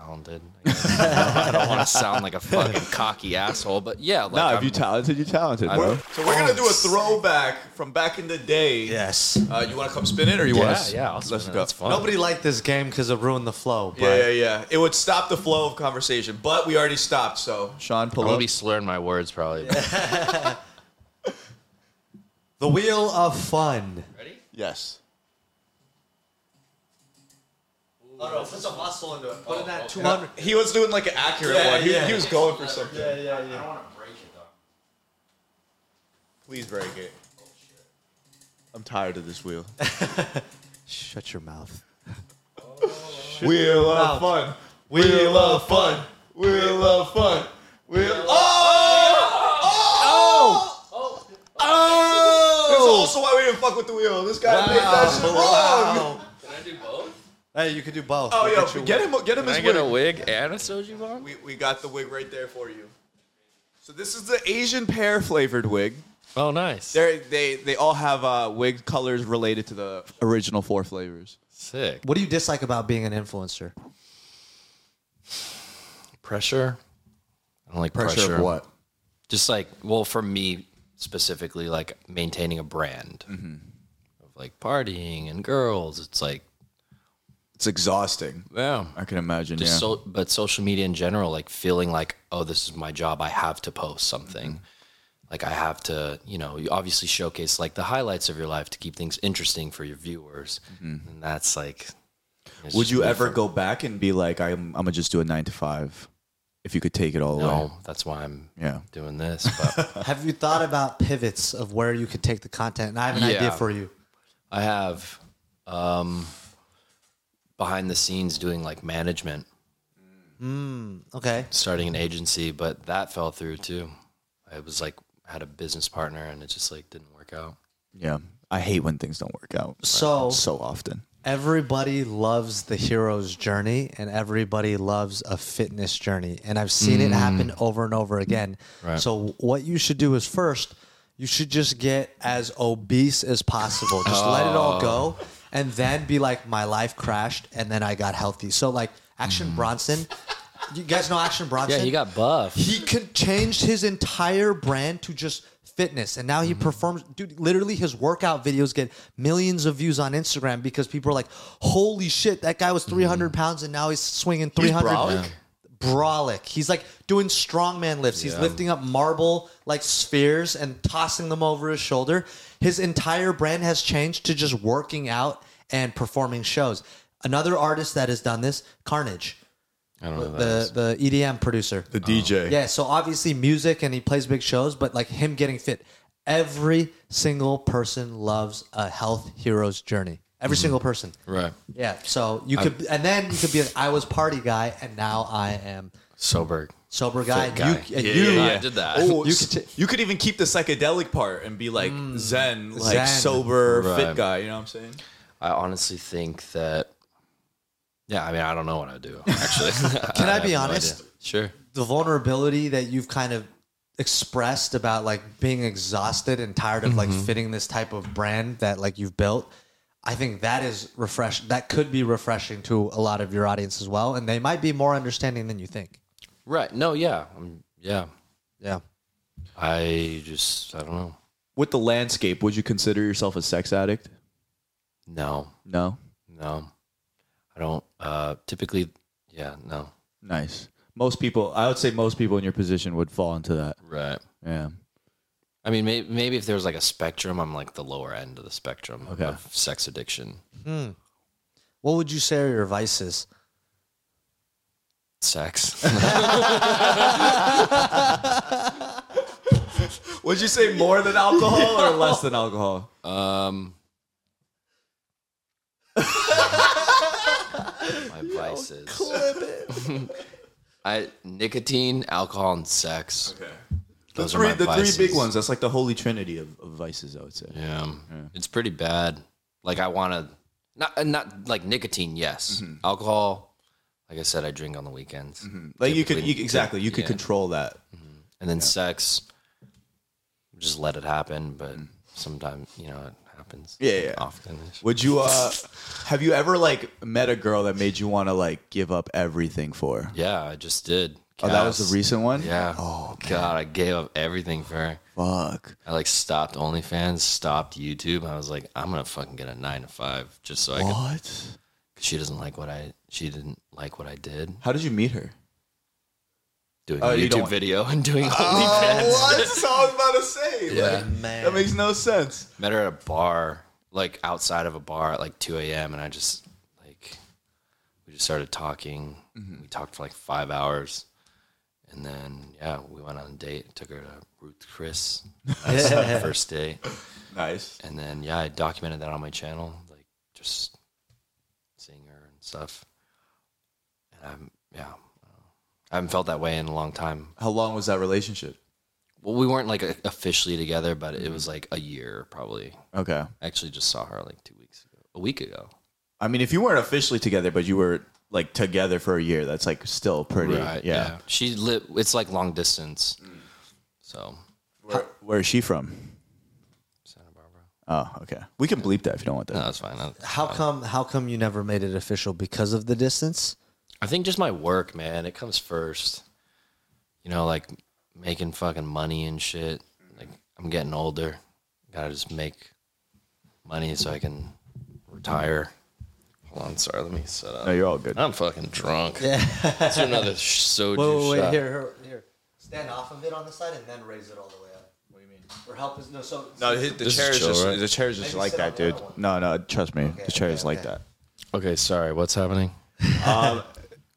B: talented. I, guess. I don't want to sound like a fucking cocky asshole, but yeah. Like,
C: no,
B: I'm,
C: if you talented, you talented,
B: I'm-
C: bro. So we're gonna do a throwback from back in the day.
A: yes.
C: Uh, you want to come spin it, or you
B: yeah,
C: want to?
B: yeah, I'll spin
C: Let's
B: it.
C: go.
B: That's fun.
A: Nobody liked this game because it ruined the flow. But
C: Yeah, yeah, yeah. It would stop the flow of conversation, but we already stopped. So Sean,
B: I'm
C: pull
B: going
C: up.
B: to be slurring my words probably.
A: The wheel of fun.
B: Ready?
C: yes.
A: Oh, no, put some muscle into it. Put in oh, that 200.
C: No, he was doing like an accurate
A: Yeah,
C: one. He,
A: yeah.
C: he was going for something.
A: yeah, yeah.
B: want to break it though.
C: Please break it. I'm tired of this wheel.
A: Shut your mouth.
C: wheel of fun. Wheel of fun. Wheel of fun. Wheel. Oh! Oh! Oh! That's also why we didn't fuck with the wheel. This guy made that shit wrong.
B: Can I do both?
A: Hey, you could do both.
C: Oh,
A: Look at
C: yo,
A: your
C: get him, get him
B: Can I
C: his
B: get a
C: wig.
B: wig and a soju bomb?
C: We, we got the wig right there for you. So this is the Asian pear flavored wig.
B: Oh, nice.
C: They're, they they all have uh, wig colors related to the original four flavors.
B: Sick.
A: What do you dislike about being an influencer?
B: Pressure. I don't like pressure.
C: Pressure of what?
B: Just like, well, for me specifically, like maintaining a brand
C: Mm-hmm.
B: of like partying and girls. It's like,
C: It's exhausting.
B: yeah.
C: I can imagine.
B: Just
C: yeah.
B: so, but social media in general, like feeling like, oh, this is my job. I have to post something.
C: Mm-hmm.
B: Like I have to, you know, you obviously showcase like the highlights of your life to keep things interesting for your viewers,
C: Mm-hmm.
B: and that's like. it's
C: Would
B: just
C: you
B: weird
C: ever
B: for-
C: go back and be like, I'm, I'm gonna just do a nine to five, if you could take it all away?
B: No, that's why I'm
C: Yeah.
B: doing this. But
A: Have you thought about pivots of where you could take the content? And I have an idea
B: Yeah.
A: for you.
B: I have um, behind the scenes doing like management,
A: Okay.
B: starting an agency, but that fell through too. I was like had a business partner and it just like didn't work out.
C: Yeah. I hate when things don't work out.
A: So-
C: so often.
A: Everybody loves the hero's journey and everybody loves a fitness journey. And I've seen
B: Mm.
A: it happen over and over again. So, what you should do is first, you should just get as obese as possible. Just let it all go
B: Oh.
A: and then be like, my life crashed and then I got healthy. So, like Action Bronson, you guys know Action Bronson?
B: Mm. Yeah, he got buff.
A: he con- changed his entire brand to just fitness and now he performs dude literally his workout videos get millions of views on instagram because people are like holy shit that guy was 300 pounds and now he's swinging 300
C: brolic?
A: Brolic. he's like doing strongman lifts he's lifting up marble like spheres and tossing them over his shoulder his entire brand has changed to just working out and performing shows another artist that has done this carnage
B: I don't know. who that
A: the
B: is.
A: the edm producer
B: Oh.
C: The DJ.
A: yeah, so obviously music and he plays big shows, but like him getting fit. Every single person loves a health hero's journey. Every single person.
B: Mm-hmm. right.
A: Yeah. So you could and then you could be like, I was party guy and now I am
B: Sober.
A: sober guy.
B: Fit
A: And You,
B: guy.
A: and
B: Yeah,
A: you
B: yeah, yeah. I did that.
C: Oh,
A: You
C: you,
A: could
C: could you could even keep the psychedelic part and be like zen, like
A: Zen.
C: sober, fit
B: Mm. Right.
C: guy. You know what I'm saying?
B: I honestly think that. Yeah, I mean, I don't know what I do actually.
A: Can I
B: have
A: be
B: no
A: honest?
B: idea. sure.
A: the vulnerability that you've kind of expressed about like being exhausted and tired of like fitting this type of brand that like you've built i think that is refresh that could be refreshing to a lot of your audience as well and they might be more understanding than you think
B: Right. No. Yeah. Um, yeah.
A: yeah
B: I just. I don't know.
C: With the landscape, would you consider yourself a sex addict?
B: No.
C: No.
B: No. I don't. Uh. Typically. Yeah. No.
C: Nice. Most people, I would say, most people in your position would fall into that.
B: Right.
C: Yeah.
B: I mean, maybe, maybe if there was like a spectrum, I'm like the lower end of the spectrum
C: Okay.
B: of sex addiction.
A: what would you say are your vices
B: Sex.
C: Would you say more than alcohol or less than alcohol?
B: um, my vices. I nicotine, alcohol, and sex. Okay.
C: The
B: Those
C: three,
B: are my
C: the
B: vices.
C: three big ones. That's like the holy trinity of, of vices. I would say.
B: Yeah. It's pretty bad. Like I want to not uh, not like nicotine, yes.
C: Mm-hmm.
B: Alcohol, like I said I drink on the weekends.
C: Like you could, you,
B: Typically, Mm-hmm.
C: exactly, you could control that.
B: And then sex just let it happen, but sometimes, you know, it happens.
C: Mm. Yeah, yeah.
B: Often.
C: Would you? uh Have you ever like met a girl that made you want to like give up everything for?
B: Yeah, I just did.
C: Oh, that was
B: Cass.
C: the recent one.
B: Yeah. Oh god, I gave up everything for her.
C: Fuck.
B: I like stopped OnlyFans, stopped YouTube. I was like, I'm gonna fucking get a nine to five just so I could.
C: What?
B: Cause she doesn't like what I. She didn't like what I did.
C: How did you meet her?
B: doing
C: Oh,
B: a
C: you
B: YouTube
C: don't-
B: video and doing
C: Oh,
B: OnlyFans.
C: what? That's what I was about to say.
B: Yeah.
C: Like,
A: man
C: that makes no sense.
B: Met her at a bar, like outside of a bar at like 2 a.m. And I just like, we just started talking.
C: Mm-hmm.
B: We talked for like five hours. And then, yeah, we went on a date, took her to Ruth Chris. That's our first date.
C: Nice.
B: And then, yeah, I documented that on my channel, like just seeing her and stuff. And I'm, yeah, I don't know. I haven't felt that way in a long time.
C: How long was that relationship?
B: well, we weren't like officially together, but it was like a year probably.
C: Okay.
B: I actually just saw her like two weeks ago, a week ago.
C: I mean, if you weren't officially together, but you were like together for a year, that's like still pretty. yeah.
B: She lit. It's like long distance, so
C: Where, where is she from?
B: Santa Barbara.
C: Oh, okay. We can bleep that if you don't want that.
B: No, that's fine. That's
A: How
B: fine.
A: come? How come you never made it official because of the distance?
B: I think just my work, man. It comes first. You know, like making fucking money and shit. Like I'm getting older. Gotta just make money so I can retire. Hold on, sorry. Let me set up.
C: No, you're all good.
B: I'm fucking drunk. Yeah. Let's do another sh- soju shot.
A: here, here. Stand off of it on the side and then raise it all the way up. What do you mean? Or help is no. So
C: No, his, the
B: This is
C: chair is
B: chill,
C: just
B: right?
C: the chair is just
A: Maybe
C: like
A: sit
C: that,
A: on the
C: dude.
A: other one.
C: No, no, trust me, the chair is
A: okay,
C: like
A: okay.
C: that.
B: Okay, sorry. What's happening?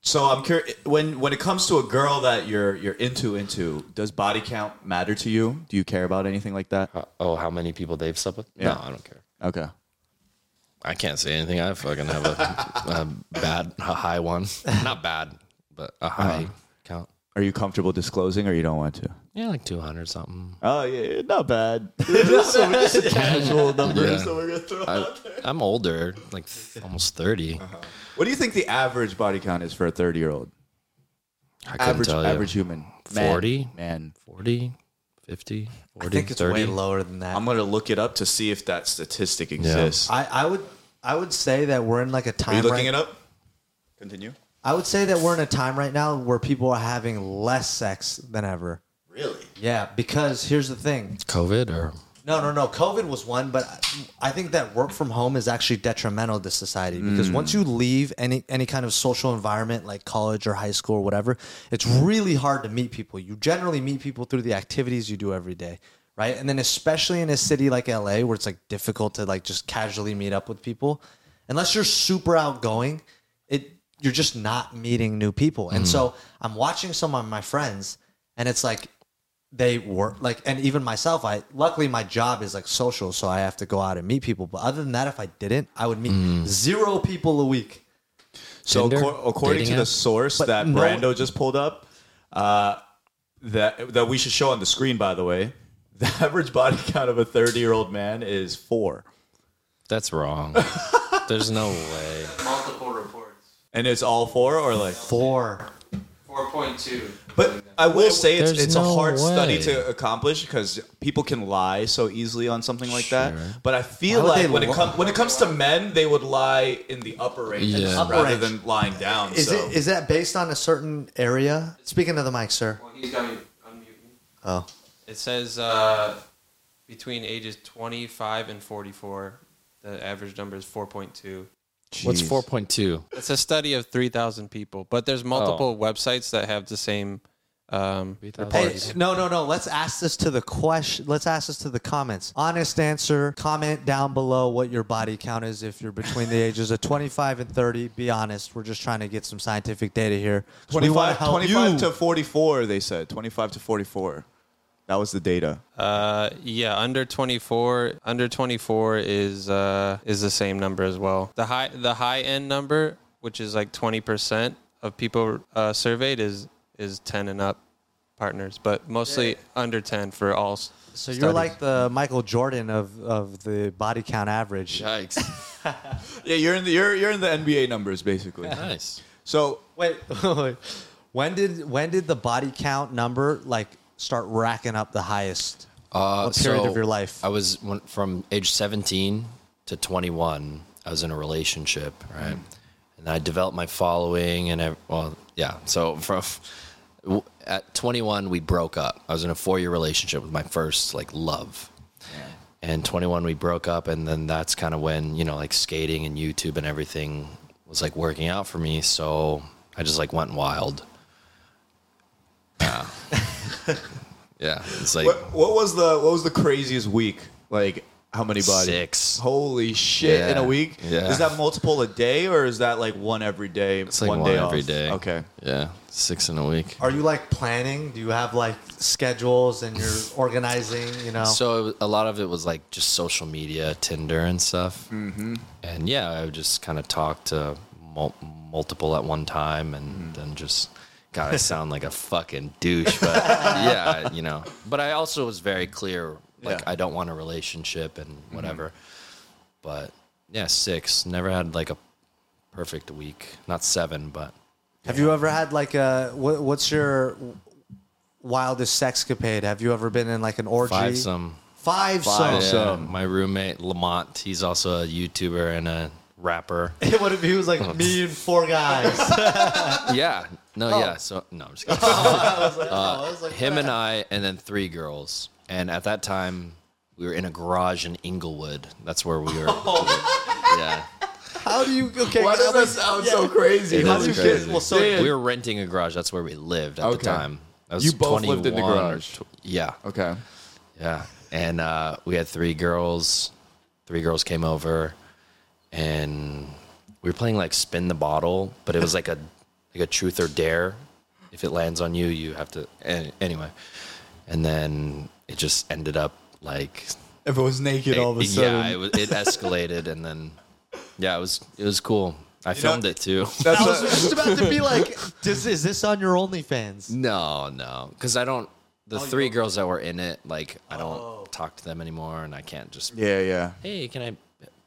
C: So I'm curious when when it comes to a girl that you're you're into into, does body count matter to you? Do you care about anything like that?
B: Uh, oh, how many people they've slept with?
C: Yeah.
B: No, I don't care.
C: Okay.
B: I can't say anything. I fucking have a, a bad, a high one. Not bad, but a high count.
C: Are you comfortable disclosing, or you don't want to?
B: Yeah, like 200 something.
C: Oh yeah, not bad. so we're just a casual number.
B: Yeah.
C: So we're gonna throw out there.
B: I'm older, like th- almost 30.
A: Uh-huh.
C: What do you think the average body count is for a 30 year old?
B: I couldn't
C: Average
B: tell you.
C: average human. Man,
B: 40?
C: man.
B: 40, 50, 40,
A: I think it's
B: 30.
A: way lower than that.
C: I'm gonna look it up to see if that statistic exists.
A: I, I would I would say that we're in like a
C: Are you
A: time.
C: looking
A: right,
C: it up? Continue.
A: I would say that we're in a time right now where people are having less sex than ever.
C: Really?
A: Yeah, because here's the thing.
B: COVID or
A: No, no, no. COVID was one, but I I think that work from home is actually detrimental to society because once you leave any any kind of social environment like college or high school or whatever, it's really hard to meet people. You generally meet people through the activities you do every day, right? And then especially in a city like LA where it's like difficult to like just casually meet up with people, unless you're super outgoing, it you're just not meeting new people. And so I'm watching some of my friends and it's like they work like and even myself i luckily my job is like social so i have to go out and meet people but other than that if i didn't i would meet zero people a week
C: So
B: Tinder?
C: acor- according to
B: Dating
C: the
B: app?
C: source
A: But
C: that
A: no-
C: Brando just pulled up, uh, that that we should show on the screen, by the way, the average body count of a 30 year old man is four,
B: that's wrong. There's no way.
D: multiple reports.
C: and it's all four or like.
A: four
D: 4.2.
C: But I will say it's
B: There's
C: it's a
B: no
C: hard study
B: way.
C: to accomplish because people can lie so easily on something like that. But I feel
A: Why would
C: like
A: they
C: when it
A: lie?
C: comes when it comes to men, they would lie in the upper range
B: Yeah. Upper
C: rather
A: range.
C: than lying down.
A: is
C: so.
A: it is that based on a certain area speaking of the mic sir
D: Well, he's got me unmuted.
A: oh
D: It says uh, between ages 25 and 44, the average number is 4.2.
B: What's
C: Jeez.
B: 4.2?
D: It's a study of 3,000 people, but there's multiple websites that have the same um,
B: 3,000.
A: Hey,
D: reports.
A: no no no let's ask this to the question let's ask this to the comments honest answer comment down below what your body count is if you're between the ages of 25 and 30 be honest we're just trying to get some scientific data here 'Cause we wanna
C: 25,
A: help
C: 25
A: you.
C: to 44, they said. 25 to 44. That was the data.
D: Uh, yeah, under 24, under 24 is uh, is the same number as well. The high the high end number, which is like 20% of people uh, surveyed is is 10 and up partners, but mostly under 10 for all. s-
A: So you're
D: studies.
A: like the Michael Jordan of, of the body count average.
B: Yikes.
C: Yeah, you're in the you're, you're in the NBA numbers basically.
B: nice.
C: So
A: Wait, wait. when did when did the body count number like start racking up the highest?
B: Uh,
A: What period of your life?
B: I was when, from age 17 to 21. I was in a relationship, right?
A: Mm.
B: And I developed my following, and I, well, yeah. So from w- at 21, we broke up. I was in a four-year relationship with my first like love. And 21, we broke up, and then that's kind of when you know, like skating and YouTube and everything was like working out for me. So I just like went wild. Yeah, yeah. It's like
C: what, what was the what was the craziest week? Like how many bodies?
B: Six.
C: Holy shit in a
B: Yeah.
C: week?
B: Yeah.
C: Is that multiple a day or is that like one every day?
B: It's like one,
C: day
B: every
C: off?
B: day.
C: Okay.
B: Yeah, six in a week.
A: Are you like planning? Do you have like schedules and you're organizing? You know,
B: So it was, a lot of it was like just social media, Tinder and stuff. Mm-hmm. And yeah, I would just kind of talk to mul- multiple at one time, and then just. God, I sound like a fucking douche, but yeah, you know. But I also was very clear, like
C: Yeah.
B: I don't want a relationship and whatever. But yeah, six. Never had like a perfect week. Not seven, but
A: have you ever had like a what, what's your wildest sexcapade? Have you ever been in like an orgy?
B: five. Some
A: Five,
C: Five.
A: songs.
C: So-
B: my roommate Lamont, he's also a YouTuber and a rapper.
A: what if he was like me and four guys?
B: yeah. No, yeah. So no, I'm just kidding. Uh, Him and I, and then three girls. And at that time, we were in a garage in Inglewood. That's where we were.
E: Oh.
B: yeah.
A: How do you? Okay,
E: Why does
A: how
E: that
A: much-
E: sound
A: yeah.
E: so crazy?
B: It
A: How
B: is
A: do you
B: crazy.
A: get? Well, so
E: Damn.
B: We were renting a garage. That's where we lived at
E: Okay.
B: the time. I was
E: You both lived in the
B: 21 or
E: garage?
B: tw- yeah.
E: Okay.
B: Yeah. And uh, we had three girls. Three girls came over and we were playing like spin the bottle, but it was like a like a truth or dare. If it lands on you, you have to an- anyway. And then it just ended up like
C: Everyone's naked all of a sudden.
B: yeah, it, was, it escalated and then yeah, it was it was cool. I filmed it too.
C: That's
A: I
C: what-
A: was just about to be like, does, is this on your OnlyFans?
B: No, no, because I don't. The
C: Oh,
B: three girls that were in it, like I don't talk to them anymore, and I can't just
C: yeah, yeah.
B: hey, can I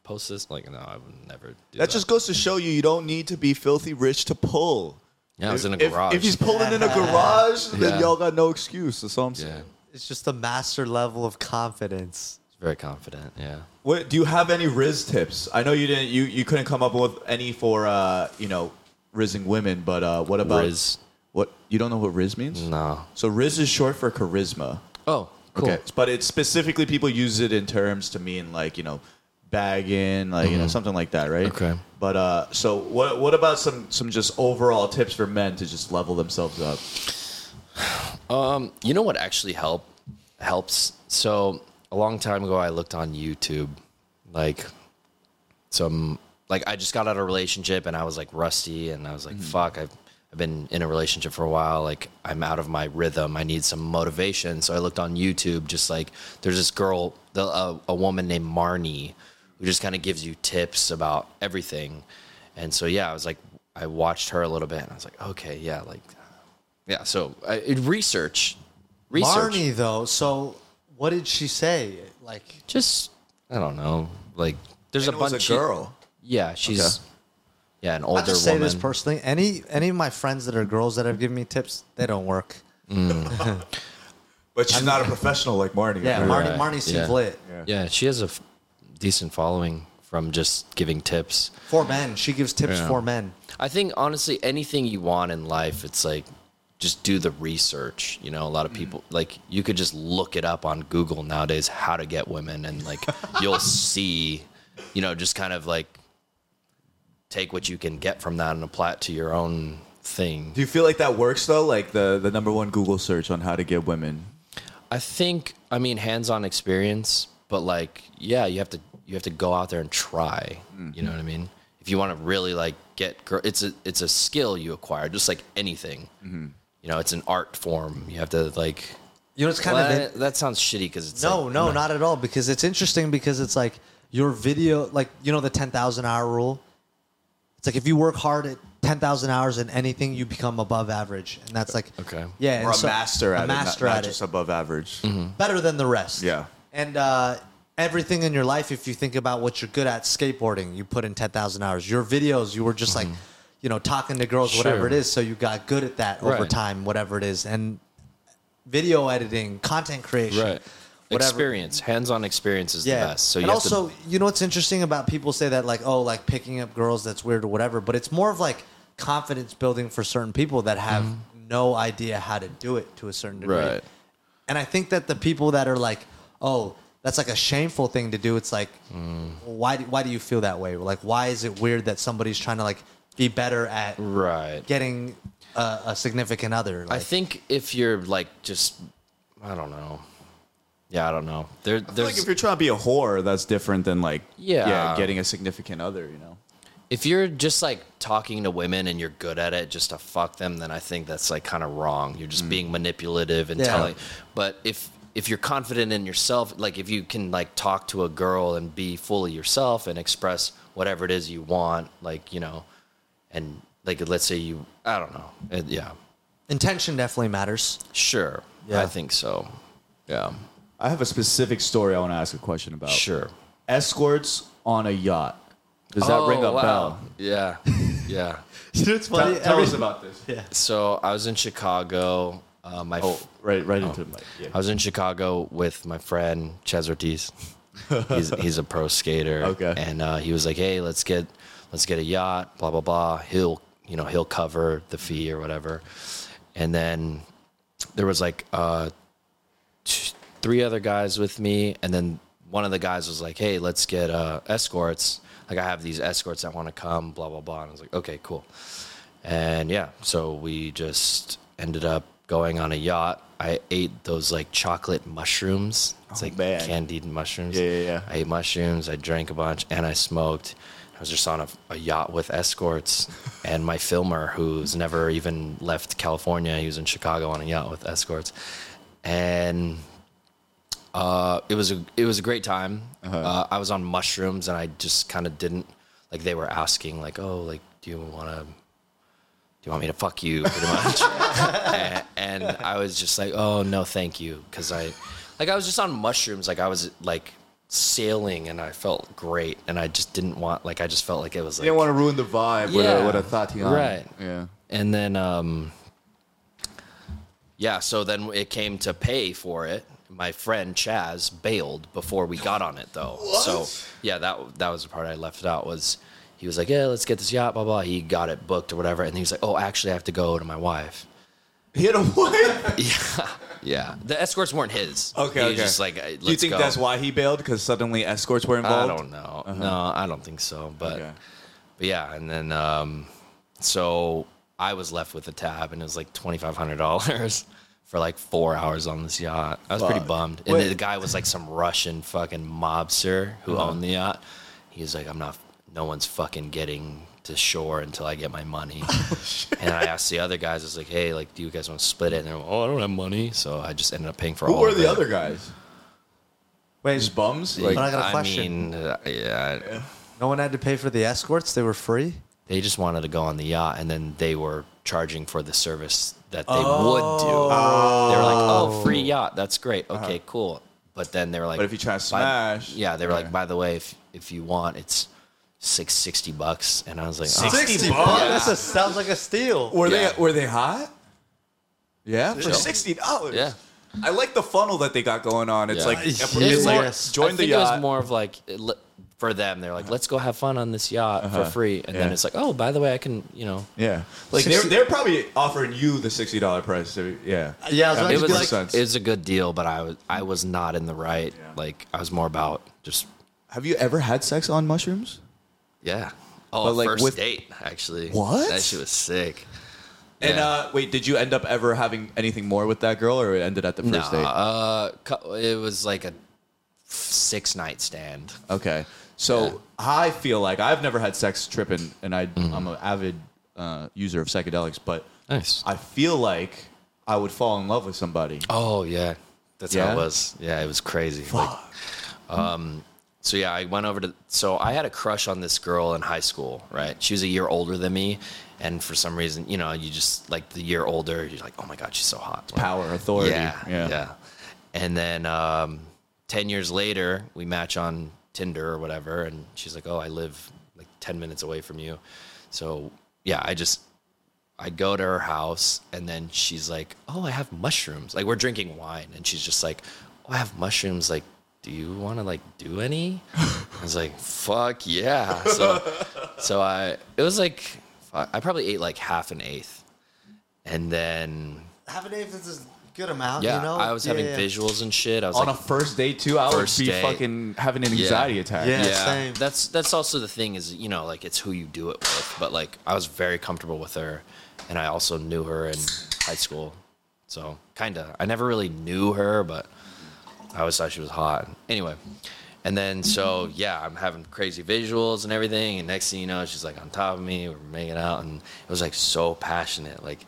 B: post this? Like, no, I would never do that.
C: That just goes to show you you don't need to be filthy rich to pull.
B: yeah, I was in a
C: If-
B: garage.
C: If, he's pulling in a garage, then
B: Yeah.
C: y'all got no excuse. That's all I'm saying.
B: yeah,
A: It's just a master level of confidence.
B: very confident. Yeah,
C: What do you have any Riz tips? I know you didn't. You you couldn't come up with any for uh you know rizzing women, but uh what about
B: Riz.
C: What you don't know what Riz means?
B: no.
C: So Riz is short for charisma.
B: Oh, cool.
C: But it's specifically people use it in terms to mean like you know bagging, like you know something like that, right?
B: Mm-hmm. Okay.
C: But uh, so what what about some some just overall tips for men to just level themselves up?
B: You know what actually help helps? So a long time ago, I looked on YouTube, like some like I just got out of a relationship and I was like rusty and I was like, fuck, I've I've been in a relationship for a while. Like I'm out of my rhythm. I need some motivation. So I looked on YouTube. Just like there's this girl, the, a, a woman named Marnie, who just kind of gives you tips about everything. And so yeah, I was like, I watched her a little bit and I was like, okay, yeah, like yeah. So I, it- research, research.
A: Marnie, though, so what did she say? Like,
B: Just I don't know. Like there's a
C: And it was
B: bunch
C: a
B: of-
C: girl.
B: yeah, she's yeah an older
A: I just say
B: woman.
A: this personally. Any any of my friends that are girls that have given me tips, they don't work.
C: But she's not a professional like Marty.
A: Yeah,
C: right?
A: Marnie, Marnie seems
B: Yeah.
A: lit.
B: Yeah, she has a f- decent following from just giving tips.
A: For men, she gives tips for men.
B: I think honestly, anything you want in life, it's like just do the research. You know, a lot of people like you could just look it up on Google nowadays how to get women, and like you'll see, you know, just kind of like take what you can get from that and apply it to your own thing.
C: Do you feel like that works though? Like the the number one Google search on how to get women.
B: I think I mean hands-on experience, but like yeah, you have to you have to go out there and try. You know what I mean? If you want to really like get girl, it's a it's a skill you acquire, just like anything. You know, it's an art form. You have to like.
A: You know, it's kind
B: Well,
A: of
B: that, that sounds shitty because it's
A: no,
B: like,
A: no, not at all. Because it's interesting because it's like your video, like you know the ten thousand hour rule. It's like if you work hard at ten thousand hours in anything, you become above average, and that's like
B: Okay.
A: yeah, and
C: Or a
A: so-
C: master
A: a
C: at
A: master
C: it, not,
A: at
C: not just
A: it,
C: above average.
B: Mm-hmm.
A: better than the rest.
C: Yeah.
A: and uh, everything in your life, if you think about what you're good at, skateboarding, you put in ten thousand hours. Your videos, you were just like, you know, talking to girls, whatever
B: Mm-hmm. Sure.
A: it is. So you got good at that over
B: Right.
A: time, whatever it is, and video editing, content creation, whatever.
B: Experience, hands-on experience is the best. So
A: and
B: you have
A: also,
B: to,
A: you know what's interesting about people say that like, oh, like picking up girls, that's weird or whatever. But it's more of like confidence building for certain people that have
B: Mm-hmm.
A: no idea how to do it to a certain degree.
C: Right.
A: And I think that the people that are like, oh, that's like a shameful thing to do. It's like,
B: Mm.
A: why? Do, why do you feel that way? Like, why is it weird that somebody's trying to like be better at
B: right.
A: getting a, a significant other?
B: I
A: Like,
B: think if you're like just, I don't know. Yeah, I don't know. There,
C: I feel
B: there's
C: like if you're trying to be a whore, that's different than like
B: Yeah.
C: getting a significant other. You know.
B: if you're just like talking to women and you're good at it just to fuck them then i think that's like kind of wrong you're just
C: Mm.
B: being manipulative and
A: Yeah.
B: telling but if if you're confident in yourself like if you can like talk to a girl and be fully yourself and express whatever it is you want like you know and like let's say you i don't know Uh, yeah
A: intention definitely matters.
B: sure
A: Yeah.
B: i think so yeah
C: I have a specific story I want to ask a question about.
B: sure
C: Escorts on a yacht. Does that ring a
B: Oh, wow.
C: bell?
B: yeah yeah
A: You know, it's
C: Tell,
A: funny.
C: tell
A: Every-
C: us about this.
B: So I was in Chicago. Uh, my
E: Oh, right, right into the mic. Yeah.
B: I was in Chicago with my friend Ches Ortiz. he's he's a pro skater.
E: Okay.
B: And uh, he was like, "Hey, let's get let's get a yacht. Blah blah blah. He'll you know he'll cover the fee or whatever." And then there was like uh, t- three other guys with me, and then one of the guys was like, "Hey, let's get uh, escorts. Like I have these escorts that want to come. Blah blah blah." And I was like, "Okay, cool." And yeah, so we just ended up going on a yacht. I ate those like chocolate mushrooms. It's like
C: man.
B: candied mushrooms.
E: Yeah, yeah, yeah.
B: I ate mushrooms. I drank a bunch, and I smoked. I was just on a, a yacht with escorts, and my filmer, who's never even left California, he was in Chicago on a yacht with escorts, and uh, it was a it was a great time. uh
E: Uh-huh.
B: I was on mushrooms, and I just kind of didn't like. They were asking like, "Oh, like, do you want to?" Do you want me to fuck you? Pretty much. and, and I was just like, oh no, thank you, because I, like, I was just on mushrooms. Like I was like sailing, and I felt great, and I just didn't want. Like I just felt like it was.
E: You
B: Like,
E: didn't want to ruin the vibe with,
B: Yeah.
E: a, with a Tatiana.
B: Right.
E: Yeah.
B: and then um yeah so then it came to pay for it my friend chaz bailed before we got on it though so yeah that that was the part i left out was he was like yeah let's get this yacht blah blah he got it booked or whatever and he was like oh actually i have to go to my wife
C: He had a wife.
B: yeah the escorts weren't his
C: Okay,
B: he was
C: okay.
B: just like "Hey, let's
C: Do you think
B: go."
C: that's why he bailed? Because suddenly escorts were
B: I
C: involved.
B: don't know. No, I don't think so. But,
C: Okay.
B: but yeah, and then um, so I was left with a tab, and it was like twenty five hundred dollars for like four hours on this yacht. I was pretty bummed. And
E: Wait. Uh-huh.
B: the guy was like some Russian fucking mobster who owned the yacht. He was like, "I'm not. No one's fucking getting." To shore until I get my money,
E: Oh,
B: and I asked the other guys. I was like, "Hey, like, do you guys want to split it?" And they're like, "Oh, I don't have money," so I just ended up paying for
E: Who
B: all.
E: were
B: of
E: the
B: it.
E: other guys?
B: Mm.
C: Wait, just bums.
A: But I got a question.
B: mean, uh, yeah, I-
A: No one had to pay for the escorts; they were free.
B: they just wanted to go on the yacht and then they were charging for the service that they would do. They were like, "Oh, free yacht, that's great. Okay, cool." But then they were like,
C: Uh-huh. But if you try to
B: "By-
C: smash-
B: yeah, they were like, "By the way, if if you want, it's six sixty bucks." And I was like, oh,
C: Sixty
A: Oh,
C: bucks.
A: this is, sounds like a steal.
C: Were
B: Yeah.
C: they were they hot?
E: Yeah. for
C: For
E: sure.
C: sixty dollars.
B: "Yeah."
C: I like the funnel that they got going on. It's
B: Yeah.
C: like
B: It's
C: it's like
B: more-
C: join
B: I
C: the
B: think It
C: yacht. Uh-huh.
B: was more of like it le- for them. They're like, "Let's go have fun on this yacht for free," and then
E: Yeah.
B: it's like, "Oh, by the way, I can, you know."
E: Yeah.
C: Like,
E: Like they're,
C: sixty-
E: they're probably offering you the sixty dollar price. so- Yeah.
A: Uh, Yeah, I was about
B: It
A: to
B: was
A: be
B: like,
A: like,
E: sense.
B: it was a good deal, but I was I was not in the right. Like I was more about just
C: Have you ever had sex on mushrooms?
B: Yeah. Oh,
C: But, like,
B: first
C: with-
B: date actually.
C: What?
B: That shit was sick.
C: And
B: Yeah.
C: uh, wait, did you end up ever having anything more with that girl, or it ended at the
B: Nah,
C: first date?
B: uh, cou- it was like a six night stand.
C: Okay, so
B: Yeah. Mm-hmm.
C: I feel like I've never had sex tripping, and I I'm an avid uh, user of psychedelics, but
B: Nice.
C: I feel like I would fall in love with somebody.
B: Oh yeah, that's how
C: Yeah?
B: it was. Yeah, it was crazy. Like, um, so yeah, I went over to. So I had a crush on this girl in high school. Right, she was a year older than me, and for some reason, you know, you just like the year older, you're like, oh my god, she's so hot.
C: Power, authority.
B: Yeah, yeah. And then um, ten years later, we match on Tinder or whatever, and she's like, "Oh, I live like ten minutes away from you." So yeah, I just I go to her house, and then she's like, "Oh, I have mushrooms." Like we're drinking wine, and she's just like, "Oh, I have mushrooms." Like, do you want to like do any? I was like, "Fuck yeah!" So so I it was like fuck, I probably ate like half an eighth, and then
A: half an eighth is a good amount.
B: yeah,
A: you know?
B: I was
A: Yeah,
B: having
A: yeah.
B: visuals and shit. I was
C: On
B: like,
C: a first date too, I would
B: First
C: be
B: date.
C: fucking having an anxiety attack.
A: Yeah.
B: yeah,
A: same.
B: that's that's also the thing is you know like it's who you do it with. But like I was very comfortable with her, and I also knew her in high school, so kinda. I never really knew her, but I always thought she was hot. Anyway, and then so yeah, I'm having crazy visuals and everything, and next thing you know, she's like on top of me. We're making out, and it was like so passionate, like.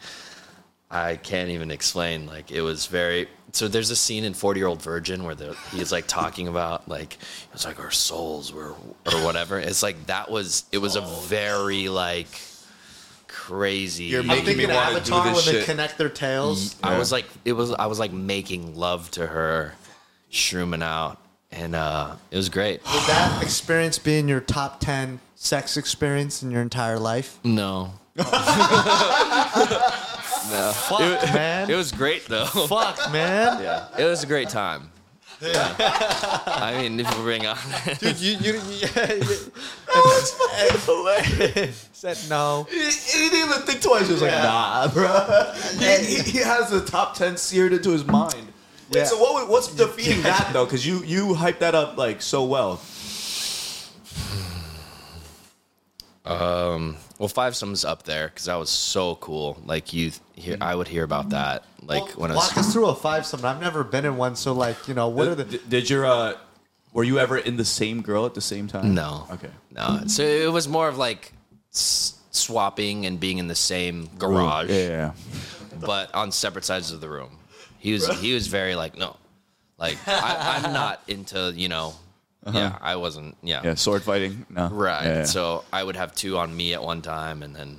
B: I can't even explain. Like it was very. So there's a scene in Forty Year Old Virgin where the, he's like talking about like it's like our souls were or whatever. It's like that was it was a very like crazy.
E: You're
A: I'm
E: making me
A: thinking
E: wanna do
A: Avatar
E: this
A: when they
E: shit.
A: connect their tails.
B: I was like it was I was like making love to her, shrooming out, and uh it was great.
A: Would that experience being your top ten sex experience in your entire life?
B: No.
A: Fuck, man.
B: It was great though.
A: Fuck, man.
B: It was a great time. I mean, if we're being honest.
A: Dude, you, you, said no.
C: He, he didn't even think twice. He was like, nah, bro. He, he, he has the top 10 seared into his mind. Wait,
A: Yeah.
C: so what, would- what's defeating that, though? Because you, you hyped that up, like, so well.
B: Well, five sums up there because that was so cool. Like you, th- hear, I would hear about that. Like
A: Well,
B: when I
A: walk
B: was
A: us through a five some. I've never been in one, so like you know, what are the?
C: D-
F: Did your uh, were you ever in the same girl at the same time?
B: no,
F: Okay.
B: no. So it was more of like s- swapping and being in the same garage,
F: Yeah.
B: but on separate sides of the room. He was he was very like no, like I, I'm not into you know. Yeah, I wasn't. Yeah,
F: Yeah. Sword fighting. No.
B: right.
F: Uh-huh. Yeah.
B: So I would have two on me at one time, and then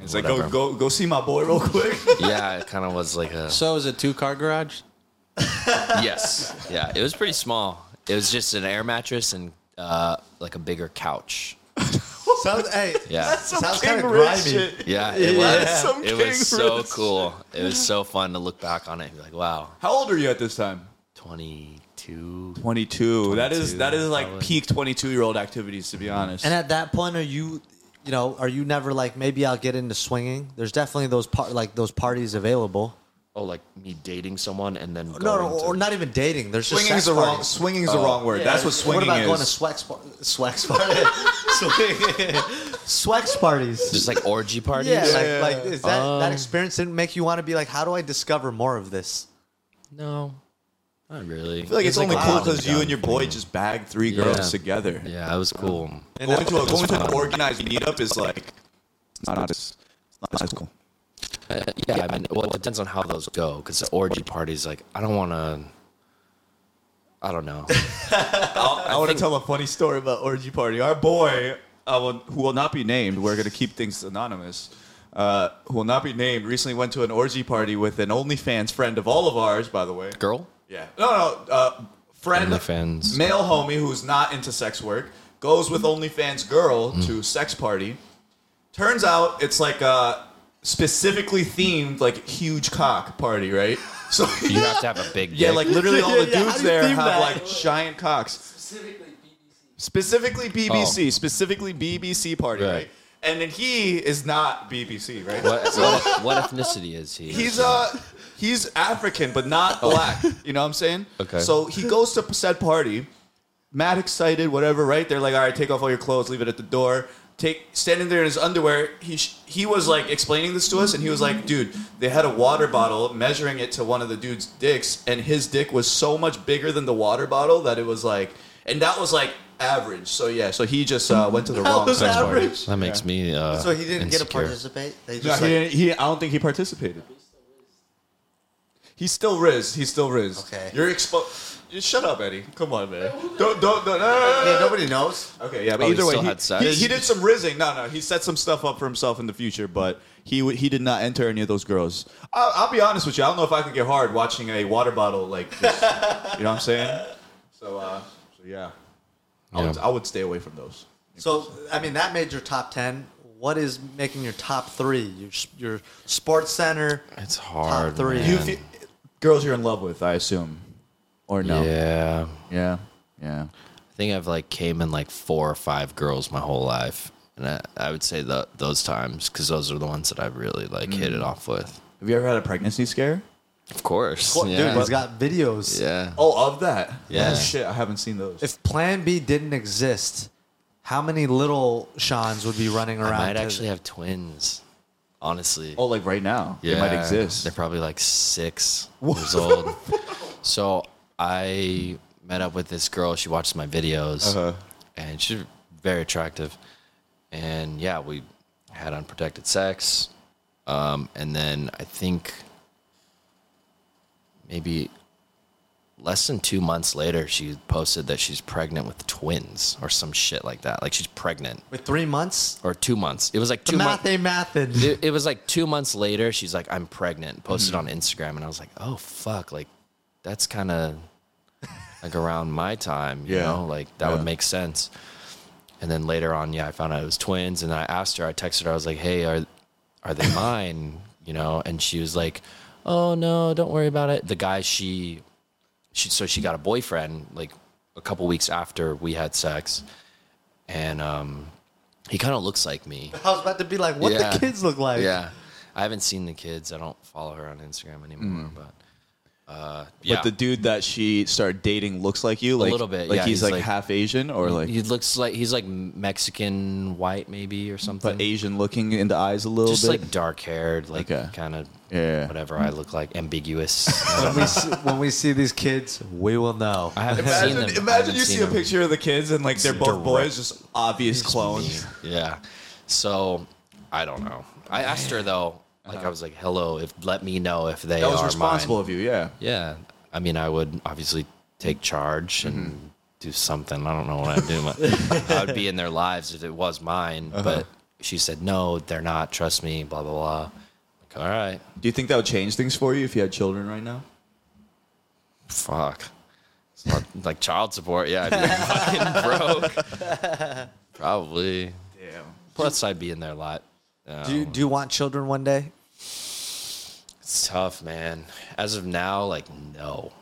C: It's like, oh. go, go, go see my boy real quick.
B: yeah, it kind of was like a
D: So is it two car garage?
B: yes. Yeah, it was pretty small. It was just an air mattress and uh, like a bigger couch.
A: Sounds, hey,
B: Yeah.
A: sounds
C: King
A: kind of
C: Rich
A: grimy.
C: shit.
B: Yeah, it was.
C: Some
B: It
C: King
B: was so
C: Rich
B: cool. It was so fun to look back on it and be like, wow,
C: How old are you at this time?
B: 22.
F: 22.
C: That is that Mm. is like
B: probably.
C: peak 22 year old activities, to be honest.
A: And at that point, are you, you know, are you never like maybe I'll get into swinging? There's definitely those par- like those parties available.
B: Oh, like me dating someone and then going
A: No, no,
B: to-
A: or not even dating. There's just
C: Swinging's
A: sex
C: the wrong.
A: parties.
C: Swinging's the wrong word. That's Oh, what swinging
A: What about
C: is.
A: going to swex par- swex party? Swing- swex parties.
B: just like orgy parties.
A: Yeah, like, like is that that experience didn't make you want to be like, how do I discover more of this?
B: no, not really.
C: I feel like it's, only
B: a
C: cool
B: lot of
C: because you
B: fun.
C: and your boy just bagged three girls
B: Yeah.
C: together.
B: Yeah, that was cool.
C: Going to a, going to an organized meetup is like
F: It's not as it's not as cool.
B: Yeah, I mean, well, it depends on how those go because the orgy parties, like, I don't want to. I don't know.
C: I want to tell a funny story about orgy party. Our boy, uh, will, who will not be named, we're going to keep things anonymous. Uh, who will not be named recently went to an orgy party with an OnlyFans friend of all of ours, by the way.
B: Girl?
C: Yeah. No, no. Uh, friend,
B: OnlyFans.
C: male homie who's not into sex work goes with OnlyFans girl
A: Mm.
C: to sex party. Turns out it's like a specifically themed like huge cock party, right? So
B: You have to have a big dick.
C: yeah, like literally all the
A: Yeah, yeah, how
C: dudes
A: do you
C: there
A: theme
C: have
A: that?
C: like giant cocks. Specifically
A: Oh.
C: BBC. Specifically BBC. Specifically BBC party,
B: Right.
C: right? And then he is not BBC, right?
B: What, what, what ethnicity is he?
C: He's uh he's African but not black. You know what I'm saying?
B: Okay.
C: So he goes to said party, mad excited, whatever, right? They're like, all right, take off all your clothes, leave it at the door. Take standing there in his underwear. He sh- he was like explaining this to us, and he was like, dude, they had a water bottle measuring it to one of the dude's dicks, and his dick was so much bigger than the water bottle that it was like, and that was like average. So yeah, so he just uh, went to the wrong
A: was
C: sex party.
A: average.
B: That makes me. Uh,
A: So he didn't get to
B: insecure.
A: participate. They
C: No,
A: just
C: he,
A: like,
C: didn't, he. I don't think he participated. He's still Riz. He's still Riz.
A: Okay.
C: You're exposed. Shut up, Eddie. Come on, man. Don't, don't, don't. No, no, no,
A: yeah,
C: no,
A: nobody knows.
C: no. Okay, yeah, but
B: Oh, he
C: either way,
B: still
C: he,
B: had sex?
C: he- he did some rizzing. No, no, he set some stuff up for himself in the future, but he w- he did not enter any of those girls. I'll, I'll be honest with you. I don't know if I could get hard watching a water bottle like this. you know what I'm saying? So, uh, so yeah, I, would,
B: Yeah.
C: I would stay away from those.
A: So I mean, that made your top ten. What is making your top three? Your your Sports Center.
B: It's hard.
A: Top three.
B: man.
A: You
C: If you- girls you're in love with, I assume, or no?
B: Yeah.
C: yeah. yeah.
B: I think I've like came in like four or five girls my whole life. And I, I would say the, those times because those are the ones that I've really like hit it
A: Mm.
B: off with.
C: Have you ever had a pregnancy scare?
B: Of course.
A: Well,
B: yeah.
A: Dude, he's got videos.
B: yeah.
C: Oh, of that.
B: Yeah.
C: Oh, shit, I haven't seen those.
A: If Plan B didn't exist, how many little Sean's would be running around?
B: I might
A: to-
B: actually have twins. Honestly.
C: oh, like right now. It might exist.
B: They're probably like six years old. So I met up with this girl. She watches my videos,
C: Uh-huh.
B: and she's very attractive. And yeah, we had unprotected sex, um, and then I think maybe less than two months later, she posted that she's pregnant with twins or some shit like that. Like she's pregnant,
A: with three months.
B: or two months. It was like
A: The
B: two months
A: math ain't mathin'.
B: it, it was like two months later. She's like, "I'm pregnant." Posted on Instagram, and I was like, "Oh fuck!" Like, that's kind of like around my time, you
C: Yeah.
B: know? Like that
C: Yeah.
B: would make sense. And then later on, yeah, I found out it was twins, and I asked her. I texted her. I was like, "Hey, are are they mine?" you know? And she was like, oh no, don't worry about it. The guy she, she so she got a boyfriend like a couple weeks after we had sex, and um, he kind of looks like me.
A: I was about to be like, what
B: Yeah.
A: the kids look like?
B: Yeah, I haven't seen the kids. I don't follow her on Instagram anymore, but. Uh, yeah.
C: Hmm. But the dude that she started dating looks like you, like
B: little bit,
C: like
B: yeah,
C: he's,
B: he's
C: like,
B: like-
C: half Asian or like
B: he looks like he's like Mexican white maybe or something.
C: but Asian looking in the eyes a little
B: just
C: bit.
B: like dark haired, like
C: Okay.
B: kind of
C: Yeah.
B: whatever I look like, ambiguous.
A: When we, see, when we see these kids, we will know.
B: I haven't seen
E: Imagine,
B: them. I
E: imagine
B: haven't
E: you
B: seen
E: see a
B: them.
E: picture of the kids and like they're both
B: direct-
E: boys, just obvious clones.
B: Yeah. So I don't know. I asked her though. Like I was like, "Hello, if let me know if they
C: Uh-huh. that was
B: are
C: responsible
B: mine."
C: of you, yeah.
B: Yeah. I mean, I would obviously take charge and do something. I don't know what I'd do. I would be in their lives if it was mine. But she said, "No, they're not. Trust me." Blah blah blah. Like, all right.
C: Do you think that would change things for you if you had children right now?
B: Fuck. It's not- like child support, yeah. I'd be fucking broke. Probably. Damn. Plus, I'd be in their lot.
A: Do you, do you want children one day?
B: It's tough, man. As of now, like, no.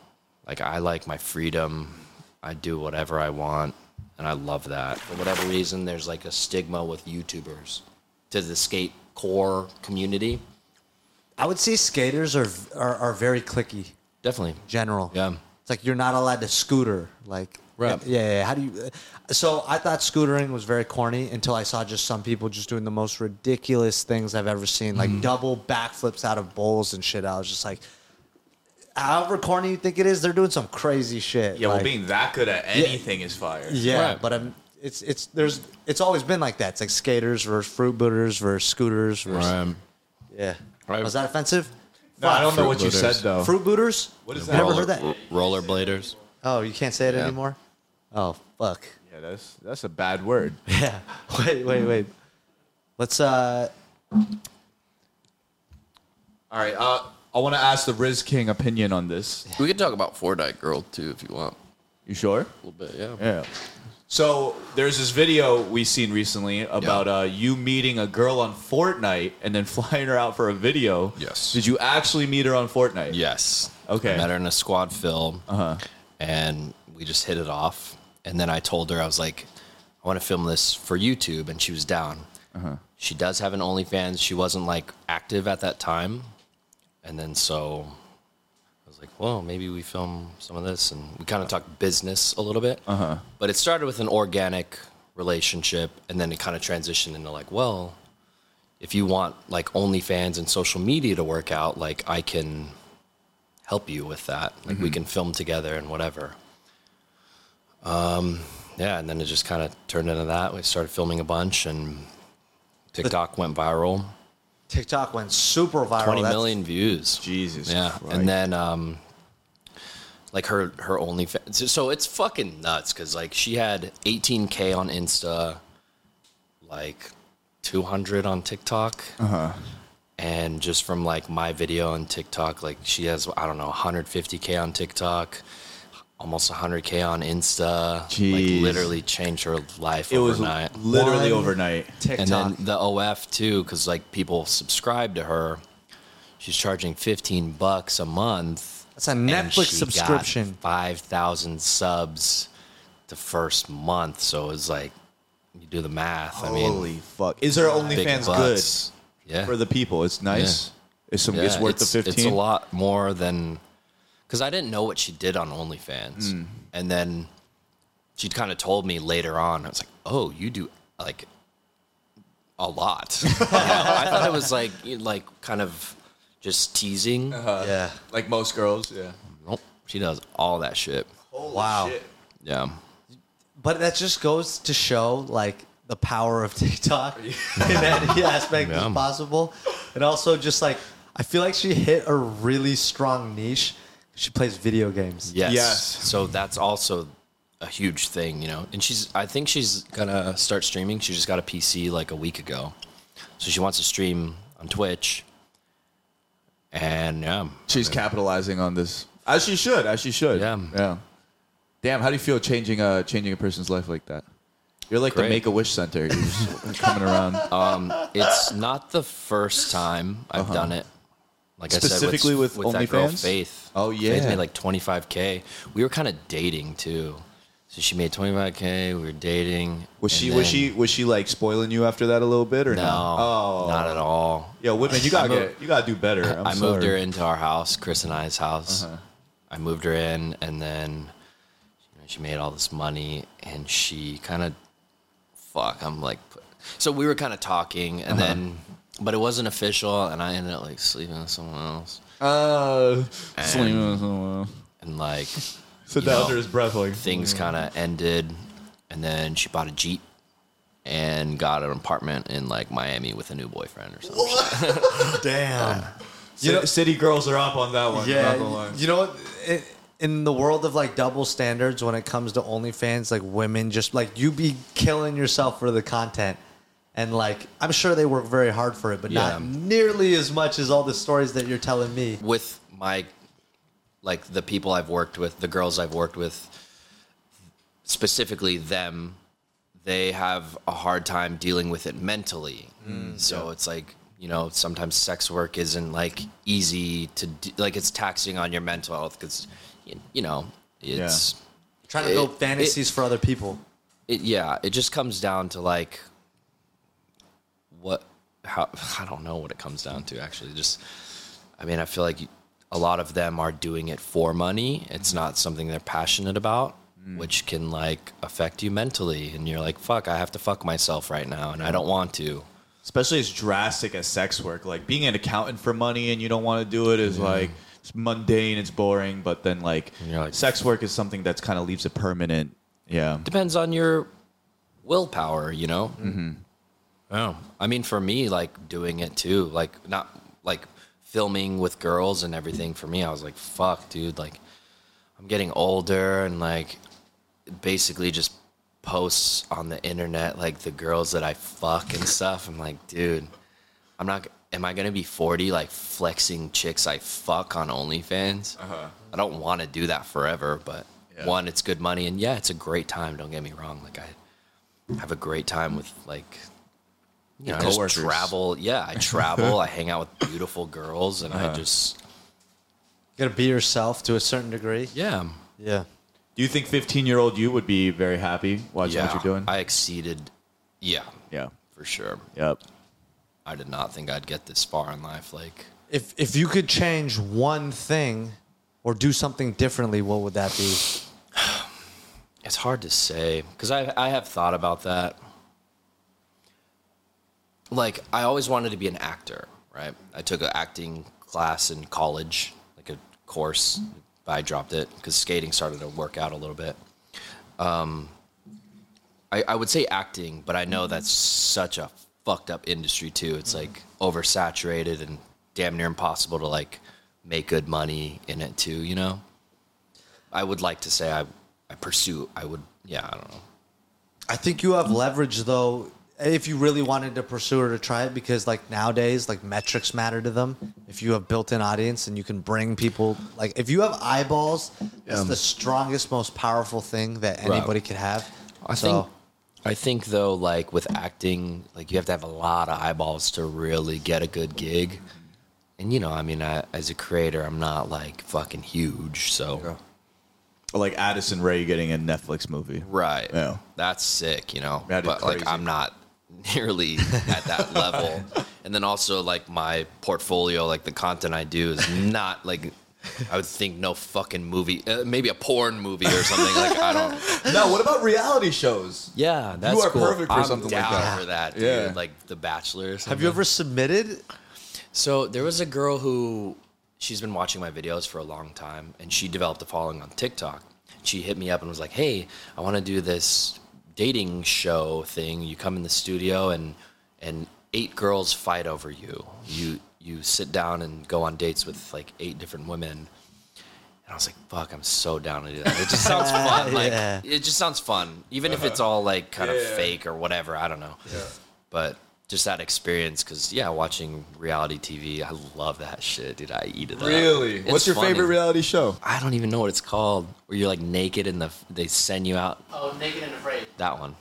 B: Like, I like my freedom. I do whatever I want. And I love that. For whatever reason, there's like a stigma with YouTubers to the skate core community.
A: I would say skaters are are, are very clicky.
B: Definitely.
A: General.
B: Yeah.
A: It's like you're not allowed to scooter. Like.
B: Right.
A: Yeah, yeah, yeah. How do you? So I thought scootering was very corny until I saw just some people just doing the most ridiculous things I've ever seen, like
E: Mm-hmm.
A: double backflips out of bowls and shit. I was just like, however corny you think it is, they're doing some crazy shit.
E: Yeah, well,
A: like-
E: being that good at anything is fire.
A: Yeah,
B: Right.
A: but I'm. It's it's there's it's always been like that. It's like skaters versus fruit booters versus scooters versus yeah.
B: Right.
A: Was that offensive?
E: No, I don't know
C: Fruit
E: what you
C: looters.
E: said though.
A: Fruit booters?
E: What is
A: Never
E: that?
A: heard that.
B: Rollerbladers.
A: Oh, you can't say it
B: Yeah.
A: anymore. Oh fuck.
E: Yeah, that's that's a bad word.
A: Yeah. Wait wait wait. Let's uh.
E: All right, uh, I want to ask the Riz King opinion on this.
G: We could talk about Fortnite Girl too if you want.
E: You sure?
G: A little bit, yeah.
E: Yeah. So there's this video we seen recently about uh, you meeting a girl on Fortnite and then flying her out for a video.
G: Yes.
E: Did you actually meet her on Fortnite?
B: Yes.
E: Okay.
B: I met her in a squad film, and we just hit it off. And then I told her I was like, I want to film this for YouTube, and she was down. She does have an OnlyFans. She wasn't like active at that time, and then so I was like, well, maybe we film some of this, and we kind of talked business a little bit. But it started with an organic relationship, and then it kind of transitioned into like, well. If you want like OnlyFans and social media to work out, like I can help you with that. Like we can film together and whatever. Um, yeah, and then it just kind of turned into that. We started filming a bunch, and TikTok went viral.
A: TikTok went super viral.
B: Twenty
A: That's-
B: million views.
E: Jesus
B: Yeah,
E: Christ.
B: and then um, like her her OnlyFans. So- So it's fucking nuts because like she had 18k on Insta, like 200 on TikTok.
E: Uh-huh.
B: And just from like my video on TikTok, like she has I don't know 150k on TikTok, almost 100k on Insta.
E: Jeez.
B: Like literally changed her life
E: It was
B: overnight.
E: literally
A: One-
E: overnight.
A: TikTok.
B: And then the OF too, because like people subscribe to her. She's charging fifteen bucks a month.
A: That's a
B: and
A: Netflix
B: she
A: subscription.
B: Got Five thousand subs the first month, so it's like you do the math. I mean,
C: Holy fuck.
E: Is her
B: big
E: OnlyFans good
B: butts. Yeah,
C: for the people. It's nice. It's some it's
B: Yeah,
C: worth the
B: It's a
C: fifteen.
B: lot more than because I didn't know what she did on OnlyFans,
C: Hmm.
B: and then she kind of told me later on. I was like, "Oh, you do like a lot." Yeah, I thought it was like you- like kind of just teasing.
C: Uh-huh.
A: yeah.
E: Like most girls, yeah.
B: Nope, she does all that shit.
A: wow.
B: Yeah,
A: But that just goes to show like the power of TikTok in any aspect as
B: Yeah.
A: possible. And also just like I feel like she hit a really strong niche. She plays video games.
B: yes.
E: Yes.
B: So that's also a huge thing, you know. And she's I think she's gonna start streaming. She just got a PC like a week ago, so she wants to stream on Twitch. And yeah,
C: She's
E: Capitalizing on this, as she should, as she should.
B: Yeah.
E: uh, Yeah. Damn, how do you feel changing a changing a person's life like that? You're like
B: Great.
E: the Make a Wish Center. You're just coming around.
B: It's not the first time I've done it. Like
E: Uh-huh. Specifically
B: I said,
E: with
B: with that girl
E: OnlyFans?
B: Faith.
E: Oh,
B: Faith
E: yeah.
B: made like 25k. We were kind of dating too, so she made 25k. We were dating.
E: Was
B: and
E: she was
B: then-
E: she was she like spoiling you after that a little bit or
B: No,
E: Oh,
B: not at all.
E: yo, women, you gotta get, you gotta do better. I'm
B: i moved
E: sorry. Uh-huh.
B: her into our house, Chris and I's house. I moved her in, and then you know, she made all this money, and she kind of, fuck, I'm like, put- so we were kind of talking,
E: Uh-huh.
B: and then, but it wasn't official, and I ended up like sleeping with someone else,
E: Uh,
B: and like
E: sit
B: you
E: down
B: know,
E: under his breath, like
B: things kind of ended, and then she bought a jeep. And got an apartment in like Miami with a new boyfriend or something.
A: Damn.
E: you know, city girls are up on that one. not gonna lie.
A: Yeah, you know, what? I- in the world of like double standards, when it comes to OnlyFans, like women just like you be killing yourself for the content, and like I'm sure they work very hard for it, but not
B: Yeah.
A: nearly as much as all the stories that you're telling me.
B: with my like the people I've worked with, the girls I've worked with, specifically them, they have a hard time dealing with it mentally. so it's like, you know, sometimes sex work isn't like easy to d like it's taxing on your mental health cuz you know, it's
A: Trying to build
B: It-
A: fantasies for other people.
B: it, yeah, it just comes down to like what how I don't know what it comes down to actually. Just I mean, I feel like a lot of them are doing it for money. It's not something they're passionate about, which can like affect you mentally and you're like, "Fuck, I have to fuck myself right now and I don't want to."
E: especially as drastic as sex work. Like being an accountant for money and you don't want to do it is like it's mundane, it's boring. But then like,
B: you're like-
E: sex work is something that's kind of leaves a permanent. Yeah,
B: Depends on your willpower, you know? Mhm. Oh. I mean, for me like doing it too, like not like filming with girls and everything for me, I was like, "Fuck, dude, like I'm getting older and like basically just posts on the internet like the girls that I fuck and stuff. I'm like, dude, I'm not. Am I gonna be 40 like flexing chicks I fuck on OnlyFans? I don't want to do that forever. But one, it's good money, and yeah, it's a great time. Don't get me wrong. Like I have a great time with like. You know, I just
E: coworkers.
B: travel. Yeah, I travel. I hang out with beautiful girls, and I just
A: You gotta be yourself to a certain degree.
B: yeah.
A: Yeah.
E: do you think fifteen year old you would be very happy watching
B: yeah,
E: what you're doing?
B: I exceeded. Yeah,
E: yeah,
B: for sure.
E: yep.
B: I did not think I'd get this far in life. Like,
A: If if you could change one thing or do something differently, what would that be?
B: it's hard to say because I I have thought about that. Like, I always wanted to be an actor, right? I took an acting class in college, like a course. But I dropped it because skating started to work out a little bit. Um, I, I would say acting, but I know that's such a fucked up industry too. It's like oversaturated and damn near impossible to like make good money in it too. You know. I would like to say I, I pursue. I would. Yeah, I don't know.
A: I think you have leverage though if you really wanted to pursue or to try it because like nowadays like metrics matter to them if you have built-in audience and you can bring people like if you have eyeballs that's the strongest most powerful thing that
B: Right.
A: anybody could have
B: I
A: so
B: think. I think though, like with acting, like you have to have a lot of eyeballs to really get a good gig. And you know, I mean, I, as a creator, I'm not like fucking huge, so
E: Like Addison Ray getting a Netflix movie.
B: right.
E: Yeah.
B: That's sick, you know.
E: That is
B: but like,
E: crazy.
B: I'm not nearly at that level. And then also like my portfolio, like the content I do is not like. I would think no fucking movie, uh, maybe a porn movie or something. Like I don't.
E: no, what about reality shows?
B: Yeah, that's
E: are
B: cool.
E: perfect for
B: I'm
E: something like
B: down
E: that.
B: For that, dude.
E: Yeah.
B: like The Bachelor. Or something.
A: have you ever submitted
B: So there was a girl who she's been watching my videos for a long time, and she developed a following on TikTok. She hit me up and was like, "Hey, I want to do this dating show thing. You come in the studio and and eight girls fight over you. You you sit down and go on dates with like eight different women." And I was like, fuck, I'm so down to do that. It just sounds fun. Like
A: Yeah.
B: it just sounds fun. Even
E: Uh-huh.
B: if it's all like kind of fake or whatever, I don't know. But just that experience, because yeah, watching reality TV, I love that shit, dude. I eat it. up.
E: Really?
B: It's
E: What's your
B: funny.
E: favorite reality show?
B: I don't even know what it's called. Where you're like naked and the they send you out.
H: Oh, naked and afraid.
B: That one.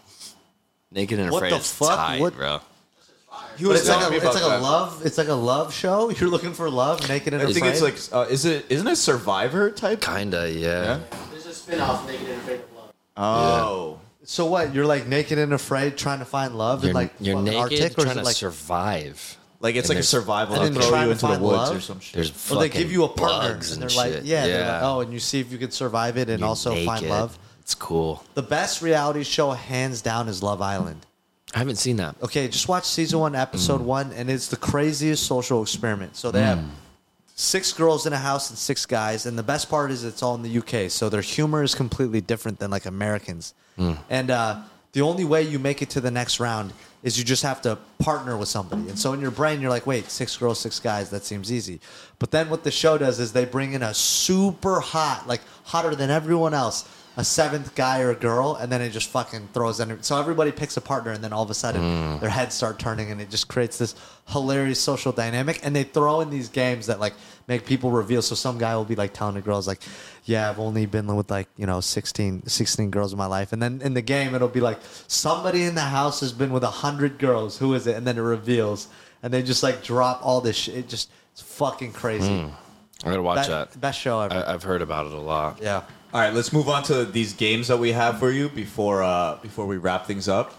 B: Naked and
A: What
B: afraid
A: the
B: is
A: fuck?
B: tight,
A: What-
B: bro.
C: He
A: But
C: was
A: it's like
C: telling
A: a,
C: me
A: it's
C: about
A: like a
C: that.
A: love. It's like a love show. You're looking for love, naked and
C: I think
A: afraid.
C: it's like, uh, is it isn't it Survivor type?
B: Kinda, yeah.
I: There's a spin-off Naked and Afraid of Love.
C: Oh,
A: so what? You're like naked and afraid, trying to find love
B: You're,
A: in like
B: you're
A: fucking
B: naked,
A: Arctic, or is
B: trying
A: it
B: to
A: like
B: survive.
C: like
B: And
C: it's like a
B: there's-
C: survival.
A: and
C: They'll
A: then
C: throw
A: trying
C: you
A: to
C: into the
A: find
C: woods
A: love.
C: or some shit.
B: There's
A: Well, they
B: fucking
A: give you a partner, and
B: bugs
A: they're like,
B: shit.
A: yeah, They're like, oh, and you see if you can survive it and
B: You're
A: also find
B: naked.
A: love.
B: It's cool.
A: The best reality show, hands down, is Love Island.
B: I haven't seen that.
A: Okay, just watch season one, episode one, and it's the craziest social experiment. So they have six girls in a house and six guys, and the best part is it's all in the UK, so their humor is completely different than like Americans. And uh, the only way you make it to the next round is you just have to partner with somebody. And so in your brain, you're like, wait, six girls, six guys, that seems easy. But then what the show does is they bring in a super hot, like hotter than everyone else a seventh guy or girl, and then it just fucking throws in. So everybody picks a partner, and then all of a sudden
B: Mm.
A: their heads start turning, and it just creates this hilarious social dynamic. And they throw in these games that like make people reveal. So some guy will be like telling the girls like, "Yeah, I've only been with like you know 16, 16 girls in my life," and then in the game it'll be like somebody in the house has been with hundred girls. Who is it? And then it reveals, and they just like drop all this shit. It just it's fucking crazy.
B: I'm gonna Mm. watch
A: Be-
B: that. Uh,
A: Best show ever.
B: I, I've heard about it a lot.
A: yeah.
C: All right, let's move on to these games that we have for you before uh, before we wrap things up.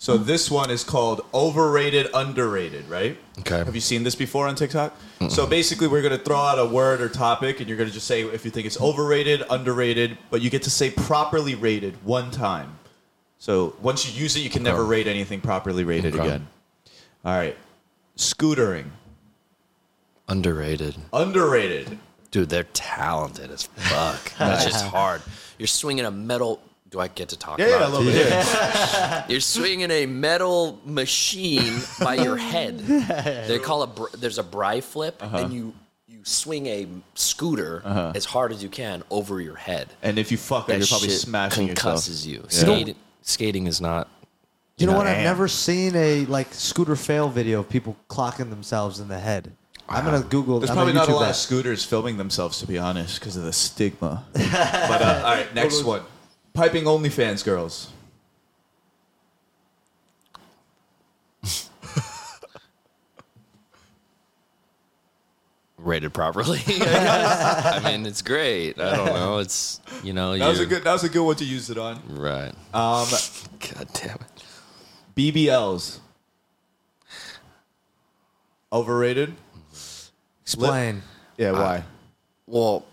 C: So this one is called overrated, underrated, right?
B: Okay.
C: Have you seen this before on TikTok? So basically, we're gonna throw out a word or topic, and you're gonna just say if you think it's overrated, underrated, but you get to say properly rated one time. So once you use it, you can never rate anything properly rated
B: Oh. Okay.
C: again. All right, scootering,
B: Underrated.
C: underrated.
B: Dude, they're talented as fuck. That's just hard. You're swinging a metal. Do I get to talk
C: Yeah,
B: about
C: yeah,
B: it?
C: a little bit.
B: You're swinging a metal machine by your head. They call a br- there's a bri flip,
C: Uh-huh.
B: and you you swing a scooter as hard as you can over your head.
C: And if you fuck up,
B: That
C: Uh-huh. you're probably
B: shit
C: smashing yourself.
B: concusses you. Skating, skating is not.
A: You know what? I've never seen a like scooter fail video of people clocking themselves in the head. I'm gonna Google.
C: There's
A: I'm
C: probably
A: gonna
C: not a
A: YouTube
C: lot
A: that.
C: of scooters filming themselves, to be honest, because of the stigma. but uh, all right, next one. Piping OnlyFans girls.
B: rated properly. I, guess. I mean, it's great. I don't know. It's you know.
C: That was a
B: you're-
C: good. That was a good one to use it on.
B: Right.
C: Um,
B: God damn it.
C: BBLs. Overrated. Uh,
A: Explain.
C: Yeah, why?
B: Well,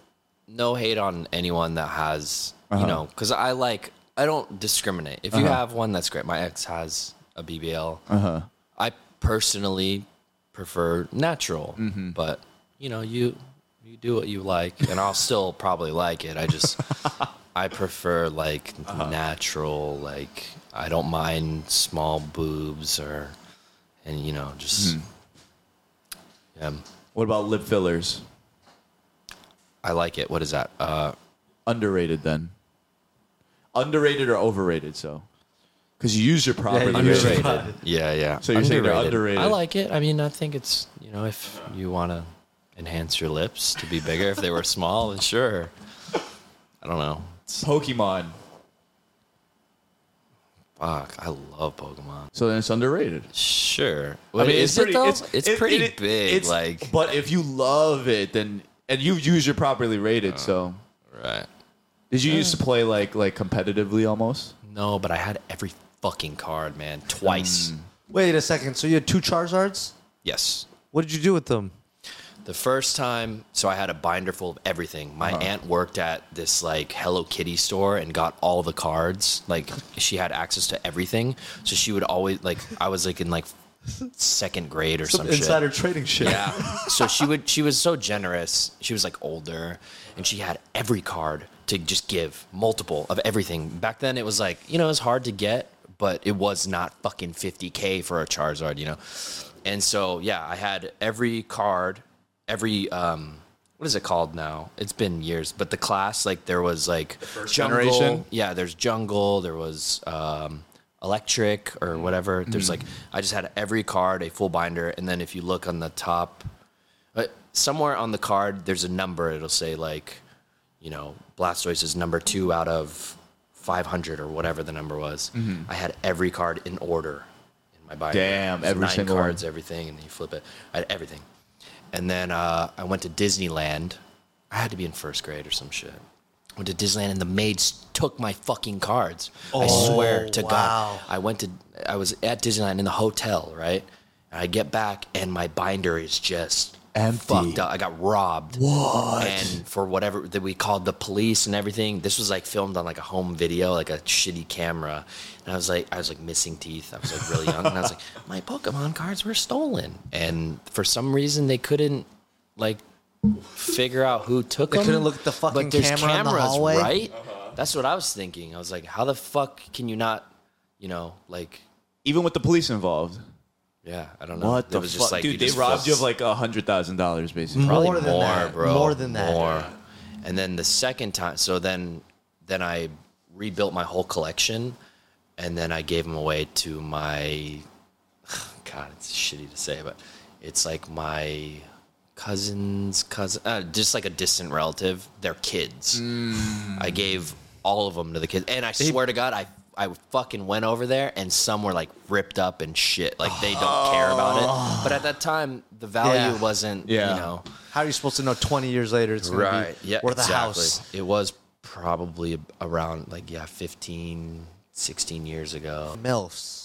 B: no hate on anyone that has you know because I like I don't discriminate. If you have one, that's great. My ex has a BBL. Uh-huh. I personally prefer natural, but you know you you do what you like, and I'll still probably like it. I just I prefer like natural. Like I don't mind small boobs or and you know just yeah.
C: what about lip fillers?
B: I like it. What is that? Uh,
C: Underrated then. Underrated or overrated? So, because you use your properly.
A: you use your
C: right?
A: property.
B: Yeah, yeah.
C: So you're saying they're underrated.
B: I like it. I mean, I think it's you know, if you want to enhance your lips to be bigger, if they were small, then sure. I don't know.
C: Pokemon.
B: Fuck, I love Pokemon.
C: So then it's underrated.
B: Sure. I mean, is it though? It's,
C: it-
B: pretty
C: it-
B: big.
C: it's-
B: like
C: but if you love it, then and you use your properly rated. So,
B: right.
C: did you used to play like like competitively almost?
B: No, but I had every fucking card, man, twice.
C: Mm.
A: Wait a second. So you had two Charizards.
B: Yes.
A: What did you do with them?
B: The first time, so I had a binder full of everything. My aunt worked at this like Hello Kitty store and got all the cards. Like she had access to everything, so she would always like I was like in like second grade or some, shit.
A: insider trading shit.
B: Yeah. So she would she was so generous. She was like older and she had every card to just give multiple of everything. Back then it was like, you know, it was hard to get, but it was not fucking 50k for a Charizard, you know. And so, yeah, I had every card, every um what is it called now? It's been years, but the class like there was like jungle,
C: generation?
B: yeah, there's jungle, there was um, electric or whatever. There's
C: Mm.
B: like I just had every card a full binder, and then if you look on the top, uh, somewhere on the card, there's a number. It'll say like, you know, Blastoise is number two out of 500 or whatever the number was. I had every card in order in my binder.
C: Mm-hmm. Damn,
B: It was
C: every
B: nine
C: single
B: cards, everything, and then you flip it. I had everything, and then uh, I went to Disneyland. I had to be in first grade or some shit. Went to Disneyland and the maids took my fucking cards. I swear to
A: wow.
B: God. I went to I was at Disneyland in the hotel, right? And I get back and my binder is just
C: Empty.
B: fucked up. I got robbed. What? And for whatever that we called the police and everything. This was like filmed on like a home video, like a shitty camera. And I was like, I was like missing teeth. I was like really young, and I was like, my Pokemon cards were stolen. And for some reason, they couldn't like figure out who took
A: They
B: them.
A: couldn't look at the fucking
B: but there's
A: camera in the
B: cameras,
A: hallway?
B: right?
C: Uh-huh.
B: That's what I was thinking. I was like, how the fuck can you not, you know, like,
C: Even with the police involved.
B: yeah, I don't know.
C: What
B: It
C: the
B: was
C: fuck?
B: like,
C: Dude,
B: you
C: they
B: just
C: robbed
B: felt
C: you of like $100,000 basically.
B: probably
A: More than that.
B: bro.
A: More than that.
B: More. And then the second time, so then, then I rebuilt my whole collection, and then I gave them away to my. God, it's shitty to say, but it's like my cousin's cousin, uh, just like a distant relative. Their kids.
A: Mm.
B: I gave all of them to the kids, and I swear to God, I. I fucking went over there and some were like ripped up and shit. Like they don't care about it. But at that time, the value
A: Oh. Yeah.
B: wasn't,
C: Yeah.
B: you know,
A: How are you supposed to know 20 years later it's going
B: right
A: to be
B: yeah
A: worth
B: exactly.
A: a house?
B: it was probably around like yeah 15 16 years ago
A: MILFs.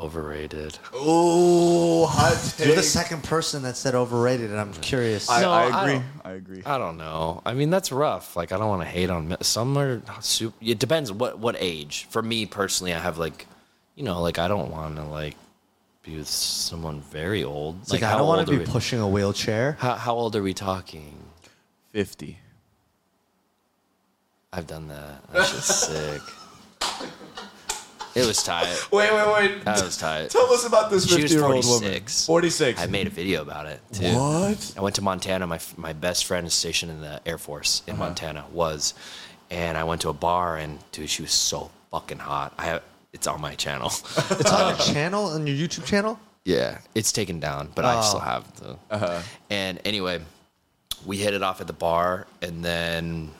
B: overrated
C: Oh, hot
A: You're the second person that said overrated, and I'm curious.
C: I,
B: No,
C: I
B: I
C: agree.
B: don't-
C: I, agree.
B: i don't know i mean that's rough like i don't want to hate on mi- some are super it depends what what age for me personally i have like you know like i don't want to like be with someone very old
A: It's like, I don't want
B: old
A: to
B: are
A: be
B: we-
A: pushing a wheelchair.
B: how, how old are we talking
C: 50.
B: i've done that that's just sick it was tight
E: Wait, wait, wait.
B: that was tight
E: Tell us about this
B: She was
E: 50 year old woman.
B: 46.
E: 46.
B: I made a video about it too.
E: What?
B: I went to Montana. My my best friend is stationed in the Air Force
E: Uh-huh.
B: in Montana was, and I went to a bar and dude, she was so fucking hot. I it's on my channel.
A: It's on your channel, on your YouTube channel?
B: yeah, it's taken down, but I
E: Oh.
B: still have the.
E: Uh-huh.
B: And anyway, we hit it off at the bar, and then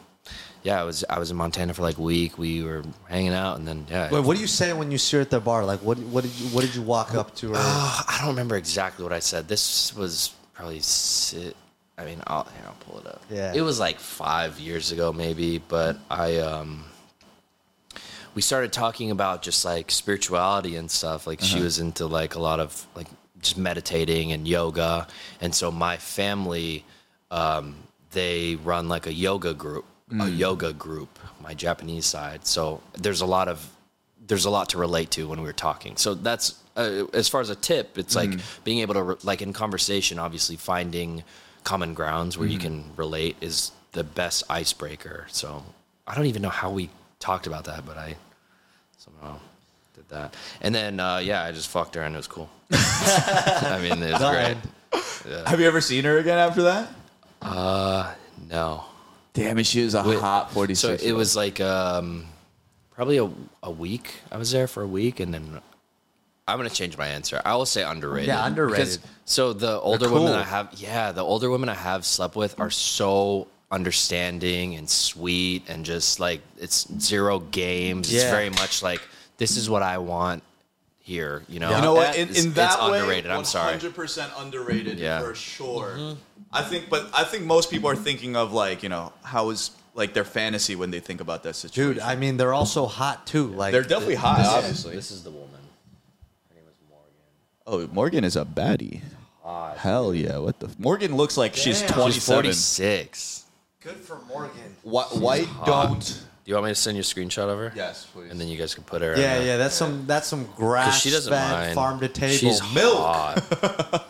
B: yeah, I was I was in Montana for like a week. We were hanging out, and then yeah,
A: Wait, what do you say when you see her at the bar? Like, what, what, did, you, what did you walk up to her?
B: Oh, I don't remember exactly what I said. This was probably si I mean, I'll, here, I'll pull it up.
A: Yeah.
B: It was like five years ago, maybe, but I, um, we started talking about just like spirituality and stuff. Like she was into like a lot of like just meditating and yoga. And so my family, um, they run like a yoga group, a yoga group, my Japanese side. So there's a lot of there's a lot to relate to when we were talking. So that's uh, as far as a tip, it's like being able to re- like in conversation, obviously finding common grounds where you can relate is the best icebreaker. So I don't even know how we talked about that, but I somehow did that. And then uh, yeah, I just fucked her and it was cool. I mean, it was great.
C: Have you ever seen her again after that?
B: No.
C: Damn it, she was a
B: Wait,
C: hot 46.
B: So it was like um, probably a, a week. I was there for a week, and then I'm gonna change my answer. I will say underrated.
A: Yeah, underrated.
B: Because- so the older women
A: cool.
B: I have, yeah, the older women I have slept with are so understanding and sweet, and just like it's zero games. It's
A: Yeah.
B: very much like this is what I want here. You know,
C: You know what?
B: That
C: In,
B: is-
C: in that
B: it's
C: way,
B: underrated. I'm sorry.
C: 100% underrated
B: Yeah.
C: for sure. I think, but I think most people are thinking of like, you know, how is like their fantasy when they think about that situation.
A: Dude, I mean, they're also hot, too. Like,
C: They're definitely hot, obviously.
B: This is the woman. Her name is Morgan.
C: Oh, Morgan is a baddie. Hell yeah! What the? F- Morgan looks like she's 27.
B: She's 46.
A: good for Morgan.
C: Why, why don't?
B: Do you want me to send you a screenshot of her?
C: Yes, please.
B: And then you guys can put her. in
A: Yeah,
B: a-
A: yeah, that's some that's some
B: 'cause
A: grass
B: She doesn't
A: fed
B: mind.
A: farm to table.
B: She's
C: Milk.
B: hot.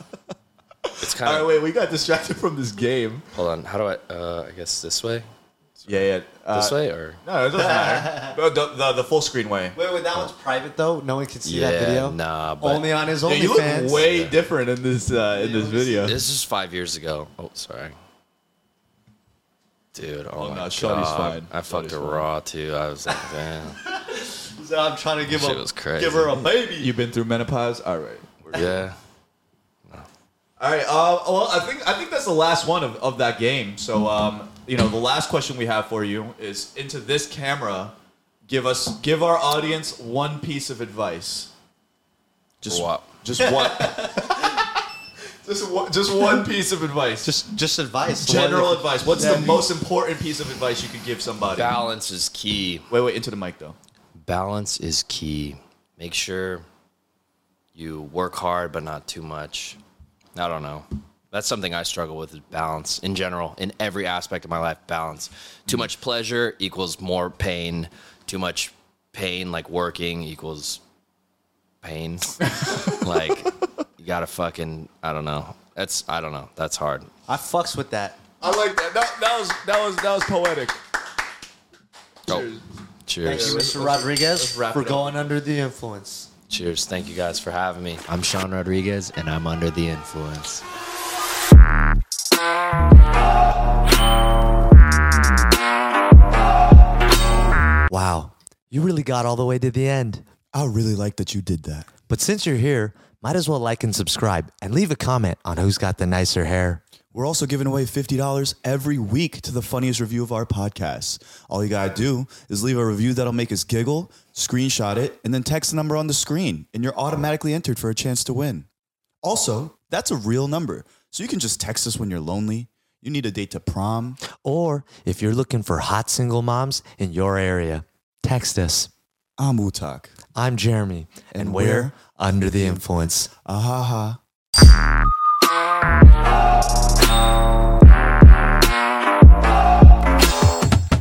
B: it's
C: All
B: kind
C: right,
B: of.
C: wait. We got distracted from this game.
B: Hold on. How do I? Uh, I guess this way.
C: Yeah, yeah. Uh,
B: This way or?
C: No, it doesn't matter. But the, the the full screen way.
A: Wait, wait, that one's private though. No one can see that
B: Yeah,
A: video.
B: nah, but-
A: only on his
C: Yeah, you look
A: OnlyFans.
C: way different in this uh, in this video.
B: This is five years ago. Oh, sorry. Dude, oh,
C: no,
B: my
C: Shawty's
B: god.
C: fine.
B: I fucked her raw too. I was like, damn.
C: So I'm trying to give
B: Shit
C: a-
B: was crazy.
C: give her a baby. You've been through menopause. All right.
B: yeah.
C: All right. Uh, well, I think I think that's the last one of, of that game. So, um, you know, the last question we have for you is into this camera. Give us, give our audience one piece of advice.
J: Just what?
C: Just one. just one. Just one piece of advice. Just
A: Just just advice.
C: general
A: One-
C: advice. What's the most important piece of advice you could give somebody?
B: Balance is key.
C: Wait, wait, into the mic though.
B: Balance is key. Make sure you work hard, but not too much. I don't know. That's something I struggle with is balance in general, in every aspect of my life. Balance. Too much pleasure equals more pain. Too much pain, like working, equals pain. like, you gotta fucking, I don't know. That's, I don't know. That's hard.
A: I fucks with that.
C: I like that. That, that was that was that was poetic.
B: Cheers. Oh, Cheers.
A: Thank you, Mr. Rodriguez,
C: wrap
A: for
C: it up.
A: going under the influence.
B: Cheers. Thank you guys for having me. I'm Sean Rodriguez, and I'm under the influence.
A: Wow, you really got all the way to the end.
K: I really like that you did that.
A: But since you're here, might as well like and subscribe and leave a comment on who's got the nicer hair.
K: We're also giving away $50 every week to the funniest review of our podcast. All you gotta do is leave a review that'll make us giggle, screenshot it, and then text the number on the screen, and you're automatically entered for a chance to win. Also, that's a real number, so you can just text us when you're lonely, you need a date to prom,
A: Or if you're looking for hot single moms in your area, text us.
K: I'm Utak.
A: I'm Jeremy, and,
K: And
A: we're
K: we're
A: under the influence.
K: Ahaha.